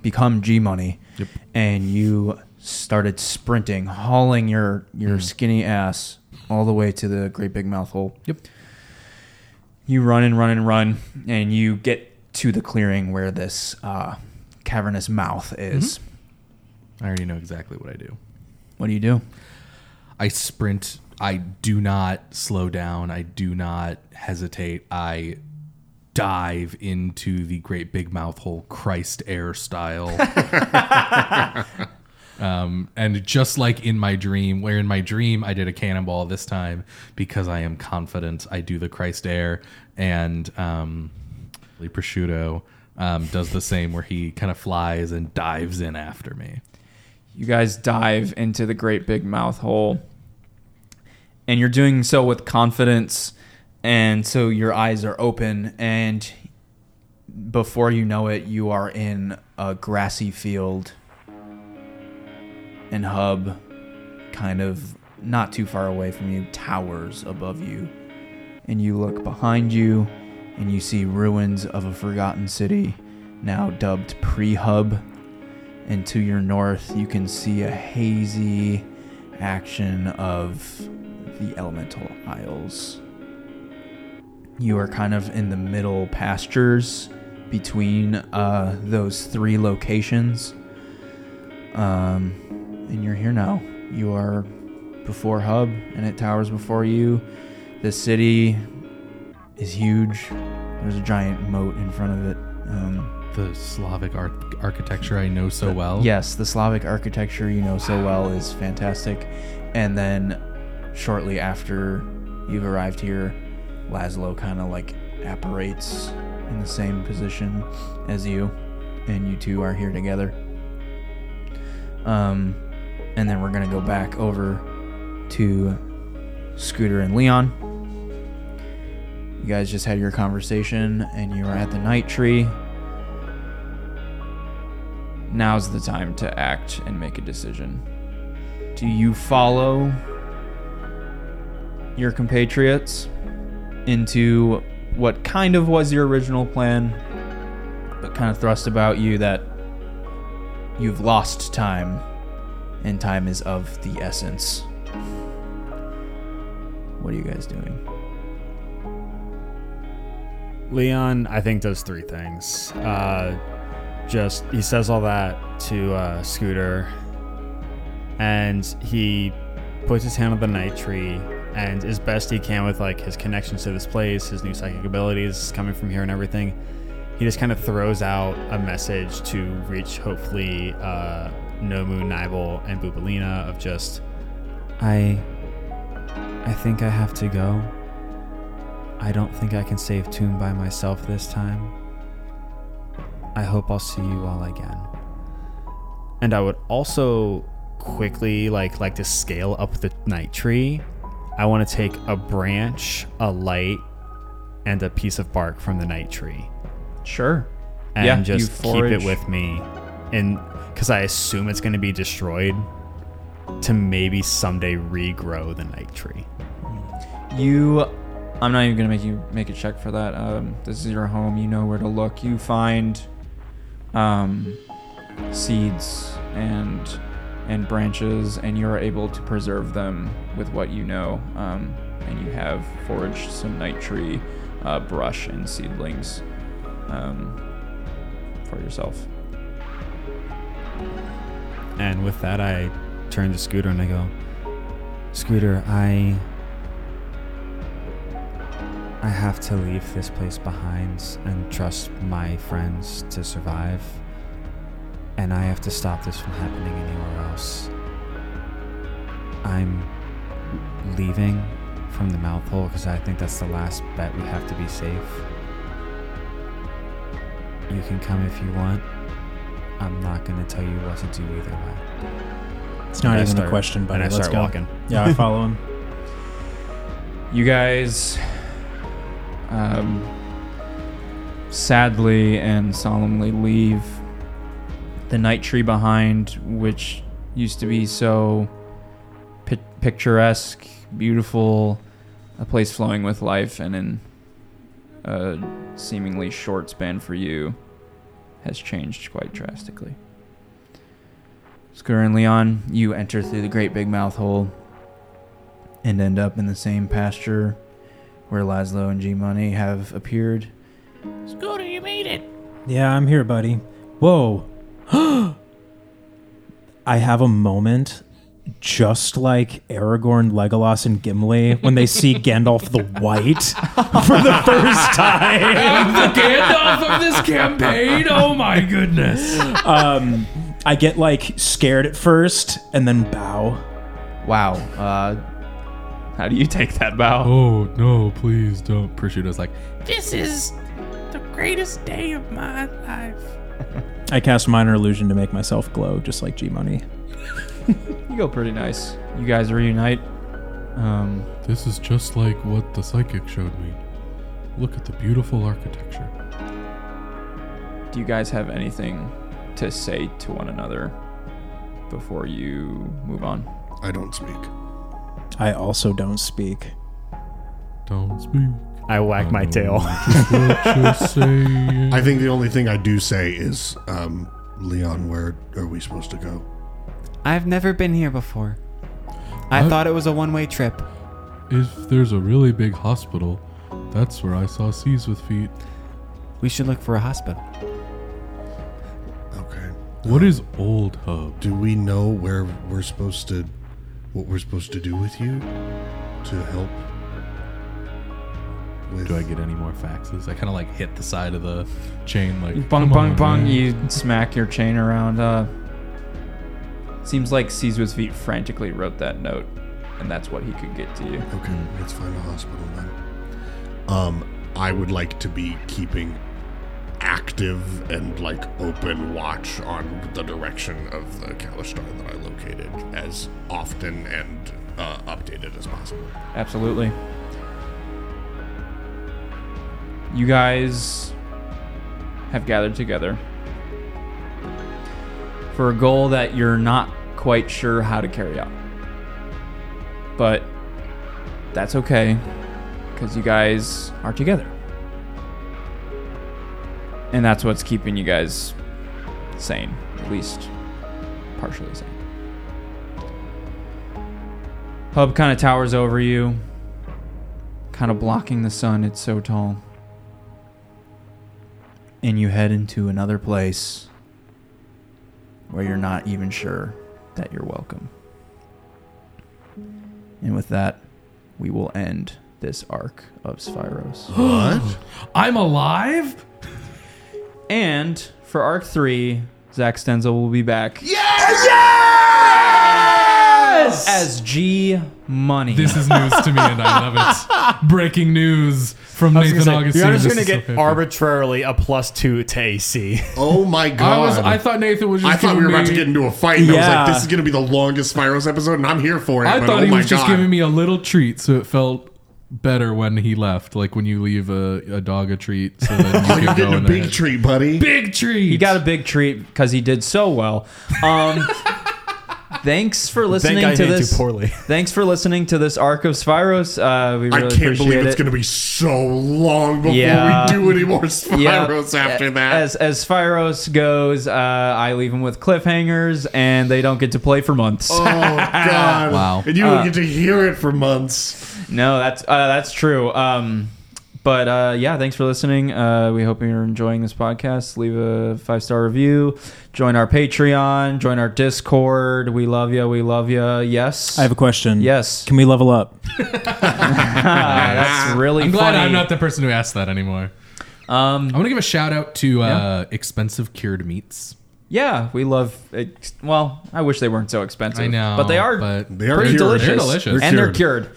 B: become G Money,
G: Yep.
B: and you started sprinting, hauling your
G: Mm.
B: your skinny ass all the way to the great big mouth hole.
G: Yep.
B: You run and run and run, and you get to the clearing where this uh, cavernous mouth
G: Mm-hmm.
B: is.
G: I already know exactly what I do.
B: What do you do?
G: I sprint. I do not slow down. I do not hesitate. I dive into the great big mouth hole, Christ air style. um, and just like in my dream, where in my dream I did a cannonball this time because I am confident, I do the Christ air and um, Lee prosciutto. Um, does the same where he kind of flies and dives in after me.
I: You guys dive into the great big mouth hole, and you're doing so with confidence,
B: and so your eyes are open and before you know it you are in a grassy field and hub kind of not too far away from you towers above you and you look behind you and you see ruins of a forgotten city now dubbed pre-hub and to your north you can see a hazy action of the elemental isles you are kind of in the middle pastures between uh, those three locations. Um, and you're here now. You are before Hub, and it towers before you. The city is huge. There's a giant moat in front of it. Um,
G: The Slavic ar- architecture I know so well.
B: yes, the Slavic architecture you know so well is fantastic. And then shortly after you've arrived here, Laszlo kind of like apparates in the same position as you, and you two are here together. Um, and then we're gonna go back over to Scooter and Leon. You guys just had your conversation, and you were at the night tree. now's the time to act and make a decision. Do you follow your compatriots into what kind of was your original plan, but kind of thrust about you that you've lost time and time is of the essence? What are you guys doing?
D: Leon, I think, does three things. Uh, just he says all that to uh, Scooter, and he puts his hand on the night tree, and as best he can with like his connections to this place, his new psychic abilities coming from here, and everything, he just kind of throws out a message to reach hopefully uh, Nomu, Nibel, and Bubalina of just I I think I have to go. I don't think I can save Toon by myself this time. I hope I'll see you all again. And I would also quickly like like to scale up the night tree. I want to take a branch, a light, and a piece of bark from the night tree
B: Sure.
D: and
B: Yeah, you
D: just keep it
B: forage.
D: with me and because i assume it's going to be destroyed to maybe someday regrow the night tree
B: You, I'm not even gonna make you make a check for that. Um, this is your home. You know where to look. You find, um, seeds and and branches, and you are able to preserve them with what you know. Um, and you have foraged some night tree, uh, brush, and seedlings, um, for yourself.
D: and with that i turn to scooter and i go scooter i i have to leave this place behind and trust my friends to survive and i have to stop this from happening anywhere else i'm leaving from the mouth hole because i think that's the last bet we have to be safe you can come if you want i'm not going to tell you what to do either way
C: It's not
D: And I
C: even
D: start-
C: a question, buddy.
D: and I
C: Let's
D: start
C: go.
D: walking.
C: Yeah, I follow
D: [LAUGHS]
C: him.
B: You guys, um, sadly and solemnly leave the night tree behind, which used to be so pi- picturesque, beautiful, a place flowing with life, and in a seemingly short span for you, has changed quite drastically. Scooter and Leon, you enter through the great big mouth hole and end up in the same pasture where Laszlo and G Money have appeared.
C: Yeah, I'm here, buddy. Whoa. [GASPS] I have a moment just like Aragorn, Legolas, and Gimli when they
G: [LAUGHS]
C: see Gandalf the White [LAUGHS] for the first time.
G: the Gandalf of this campaign. Oh my goodness.
C: Um, I get like scared at first and then bow.
B: Wow. Uh, how do you take that bow?
G: Oh no, please don't. Prosciutto's like,
H: This is the greatest day of my life.
C: I cast Minor Illusion to make myself glow just like G Money.
B: You go pretty nice. You guys reunite. Um,
G: this is just like what the psychic showed me. Look at the beautiful architecture.
B: do you guys have anything to say to one another before you move on?
F: I don't speak.
C: I also don't speak.
G: Don't speak.
D: I whack my tail.
G: Just say
F: I think the only thing I do say is, um, Leon, where are we supposed to go?
K: I've never been here before. I
E: Oh.
G: I've-
K: thought it was a one way trip.
G: if there's a really big hospital, that's where I saw seas with feet.
K: We should look for a hospital.
F: Okay.
G: What is old hub?
F: Do we know where we're supposed to, what we're supposed to do with you to help? With,
G: Do I get any more faxes? I kind of like hit the side of the chain, like
B: Bung,
G: "Come
B: bung,
G: on,
B: bung.
G: man."
B: You smack your chain around. Uh, seems like Caesar's feet frantically wrote that note, and that's what he could get to you.
F: Okay, let's find a hospital then. Um, I would like to be keeping active and like open watch on the direction of the Kalistar that I located as often and uh, updated as possible.
B: Absolutely. You guys have gathered together. for a goal that you're not quite sure how to carry out. But that's okay because you guys are together. And that's what's keeping you guys sane, at least partially sane. Pub kind of towers over you, kind of blocking the sun. It's so tall. And you head into another place where you're not even sure that you're welcome. And with that, we will end this arc of Spyros.
G: What? I'm alive?
B: And for arc three, Zach Stenzel will be back. Yes! Yes! As G Money.
G: This is news to me and I
D: [LAUGHS]
G: love it. Breaking news from Nathan Augustine.
E: You're just
G: This
E: gonna
G: is so
E: get
G: epic.
E: arbitrarily a plus two to AC.
F: Oh my
G: I
F: god!
G: was I thought Nathan was just
F: I thought
G: giving
F: we were about
G: me-
F: to get into a fight, and I was like,
D: Yeah.
F: "This is going to be the longest Spyros episode," and I'm here for it.
G: I
F: but
G: thought
F: oh
G: he
F: my
G: was just
F: God.
G: giving me a little treat, so it felt better when he left, like when you leave a, a dog a treat. So then
F: Oh,
G: you
F: you're
G: can go
F: getting a
G: in
F: big treat, buddy.
G: [LAUGHS] Big treat.
B: He got a big treat because he did so well. Um,
E: [LAUGHS]
B: thanks for listening
E: Thank I
B: to
E: didn't
B: this.
E: do poorly.
B: Thanks for listening to this arc of Spyros. Uh, we really
F: I can't
B: appreciate
F: believe it's
B: it.
F: going to be so long before
B: Yeah.
F: we do any more Spyros after
B: A-
F: that.
B: As as Spyros goes, uh, I leave him with cliffhangers, and they don't get to play for months.
F: oh God!
G: Wow.
F: And you
B: Uh,
F: don't get to hear it for months.
B: [LAUGHS] no, that's uh, that's true. Um, but uh, yeah, thanks for listening. Uh, we hope you're enjoying this podcast. Leave a five star review. Join our Patreon. Join our Discord. We love you. We love you. Yes.
C: I have a question.
B: Yes.
C: Can we level up?
B: Ah. Uh,
G: [LAUGHS]
B: that's really
G: I'm glad
B: funny.
G: I'm not the person who asked that anymore.
B: Um,
G: I want to give a shout out to uh, Expensive Cured Meats.
B: yeah, we love. Ex- well, I wish they weren't so expensive.
G: I know,
B: but they are.
G: but-
F: They are
B: pretty
F: cured.
B: delicious.
G: They're delicious.
B: and they're cured.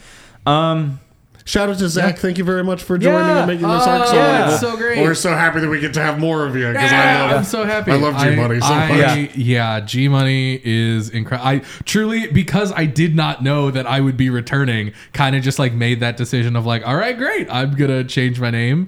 B: Um,
F: Shout out to Zach. Thank you very much for joining
B: Yeah.
F: and making this arc so
B: yeah.
F: wonderful.
B: That's
G: Oh, so great.
F: We're so happy that we get to have more of you because I love
G: I'm so happy.
F: I love G Money so
G: I-
F: much.
G: Yeah, G Money is incredible. I truly because I did not know that I would be returning, kind of just like made that decision of like, all right, great, I'm gonna change my name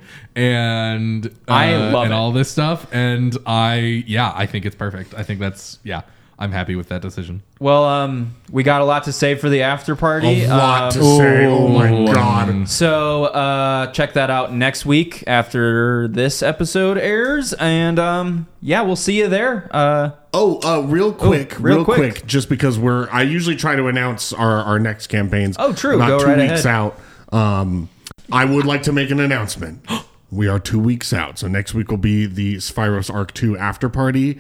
G: and uh,
B: I love
G: and
B: it.
G: all this stuff. And I yeah, I think it's perfect. I think that's yeah, I'm happy with that decision.
B: well, um, we got a lot to say for the after party.
F: A lot
B: Um,
F: to say. Oh my God.
B: so uh, check that out next week after this episode airs, and um, yeah, we'll see you there. Uh,
F: Oh, uh, real quick,
B: real
F: real,
B: quick.
F: quick. just because we're, I usually try to announce our, our next campaigns.
B: Oh, true.
F: About
B: Go
F: two
B: right
F: weeks
B: ahead.
F: out. Um, I would like to make
B: [GASPS]
F: an announcement. we are two weeks out, so next week will be the Spyros Arc Two after party,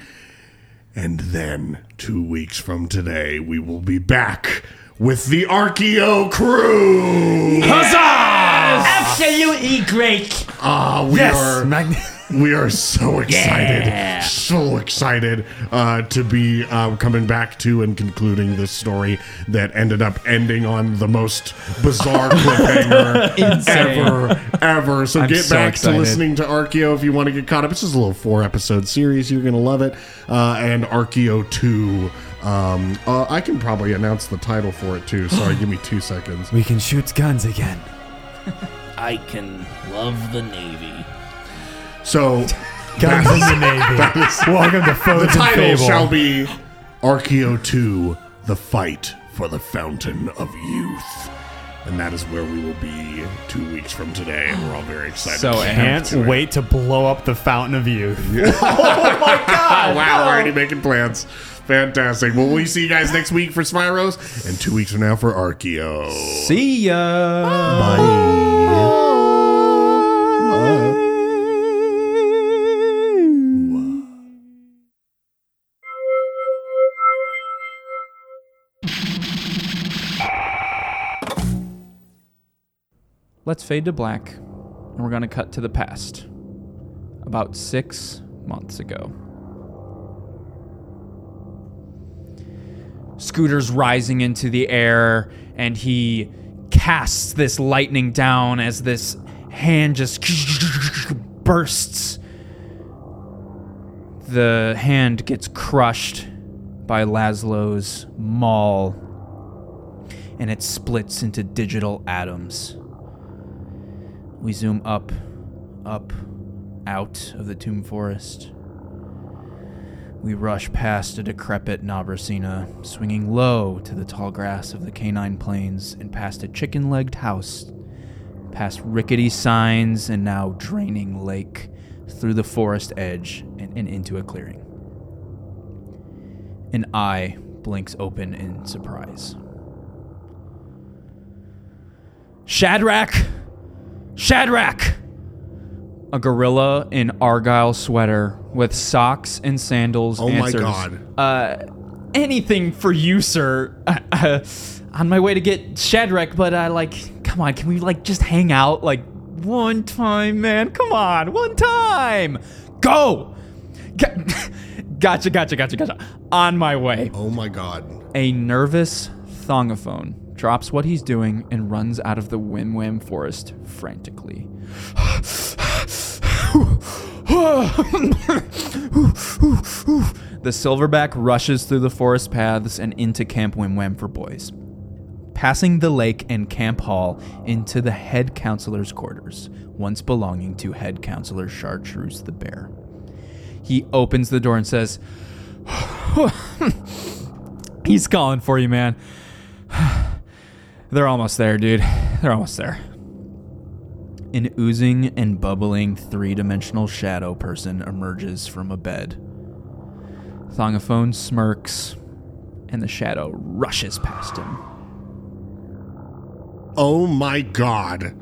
F: and then two weeks from today we will be back with the Archeo crew.
D: Absolutely great.
F: Ah, we are
E: Mag-
F: [LAUGHS] we are so excited, so excited uh, to be uh, coming back to and concluding this story that ended up ending on the most bizarre
B: [LAUGHS]
F: cliffhanger ever, ever. So get
B: so
F: back
B: excited.
F: to listening to Archeo if you want to get caught up. This is a little four episode series. You're gonna love it. Uh, and Archeo two. Um, uh, I can probably announce the title for it too.
B: [GASPS]
F: Sorry, give me two seconds.
D: We can shoot guns again.
L: I can love the Navy.
F: So.
E: Guns in [LAUGHS] the Navy.
F: that is-
E: Welcome to Foes
F: the
E: and
F: title
E: Fable.
F: shall be Archeo 2 The Fight for the Fountain of Youth. And that is where we will be two weeks from today, and we're all very excited. [LAUGHS]
B: So
F: to
E: Can't
F: get to it.
E: wait to blow up the Fountain of Youth.
F: wow, we're already making plans. Fantastic. Well, we see you guys next week for Spyros, and two weeks from now for Archeo.
B: see ya. Let's fade to black, and we're going to cut to the past. About six months ago. Scooter's rising into the air, and he casts this lightning down as this hand just [LAUGHS] bursts. The hand gets crushed by Laszlo's maul, and it splits into digital atoms. We zoom up, up, out of the tomb forest. We rush past a decrepit Nabrasina, swinging low to the tall grass of the canine plains and past a chicken legged house, past rickety signs and now draining lake, through the forest edge and, and into a clearing. An eye blinks open in surprise. Shadrach! Shadrach! A gorilla in Argyle sweater with socks and sandals
F: Oh my
B: answers,
F: God.
B: Uh, anything for you, sir. [LAUGHS] on my way to get Shadrach, but I like, come on, can we like just hang out like one time, man? Come on, one time! Go! Ga- [LAUGHS] Gotcha, gotcha, gotcha, gotcha. On my way.
F: Oh my god.
B: A nervous thongophone drops what he's doing and runs out of the Wim Wam forest frantically. the silverback rushes through the forest paths and into Camp Wim Wam for boys, passing the lake and Camp Hall into the head counselor's quarters, once belonging to head counselor Chartreuse the Bear. He opens the door and says, He's calling for you, man. [SIGHS] They're almost there, dude. They're almost there. An oozing and bubbling three dimensional shadow person emerges from a bed. Thongophone smirks, and the shadow rushes past him.
F: Oh my god.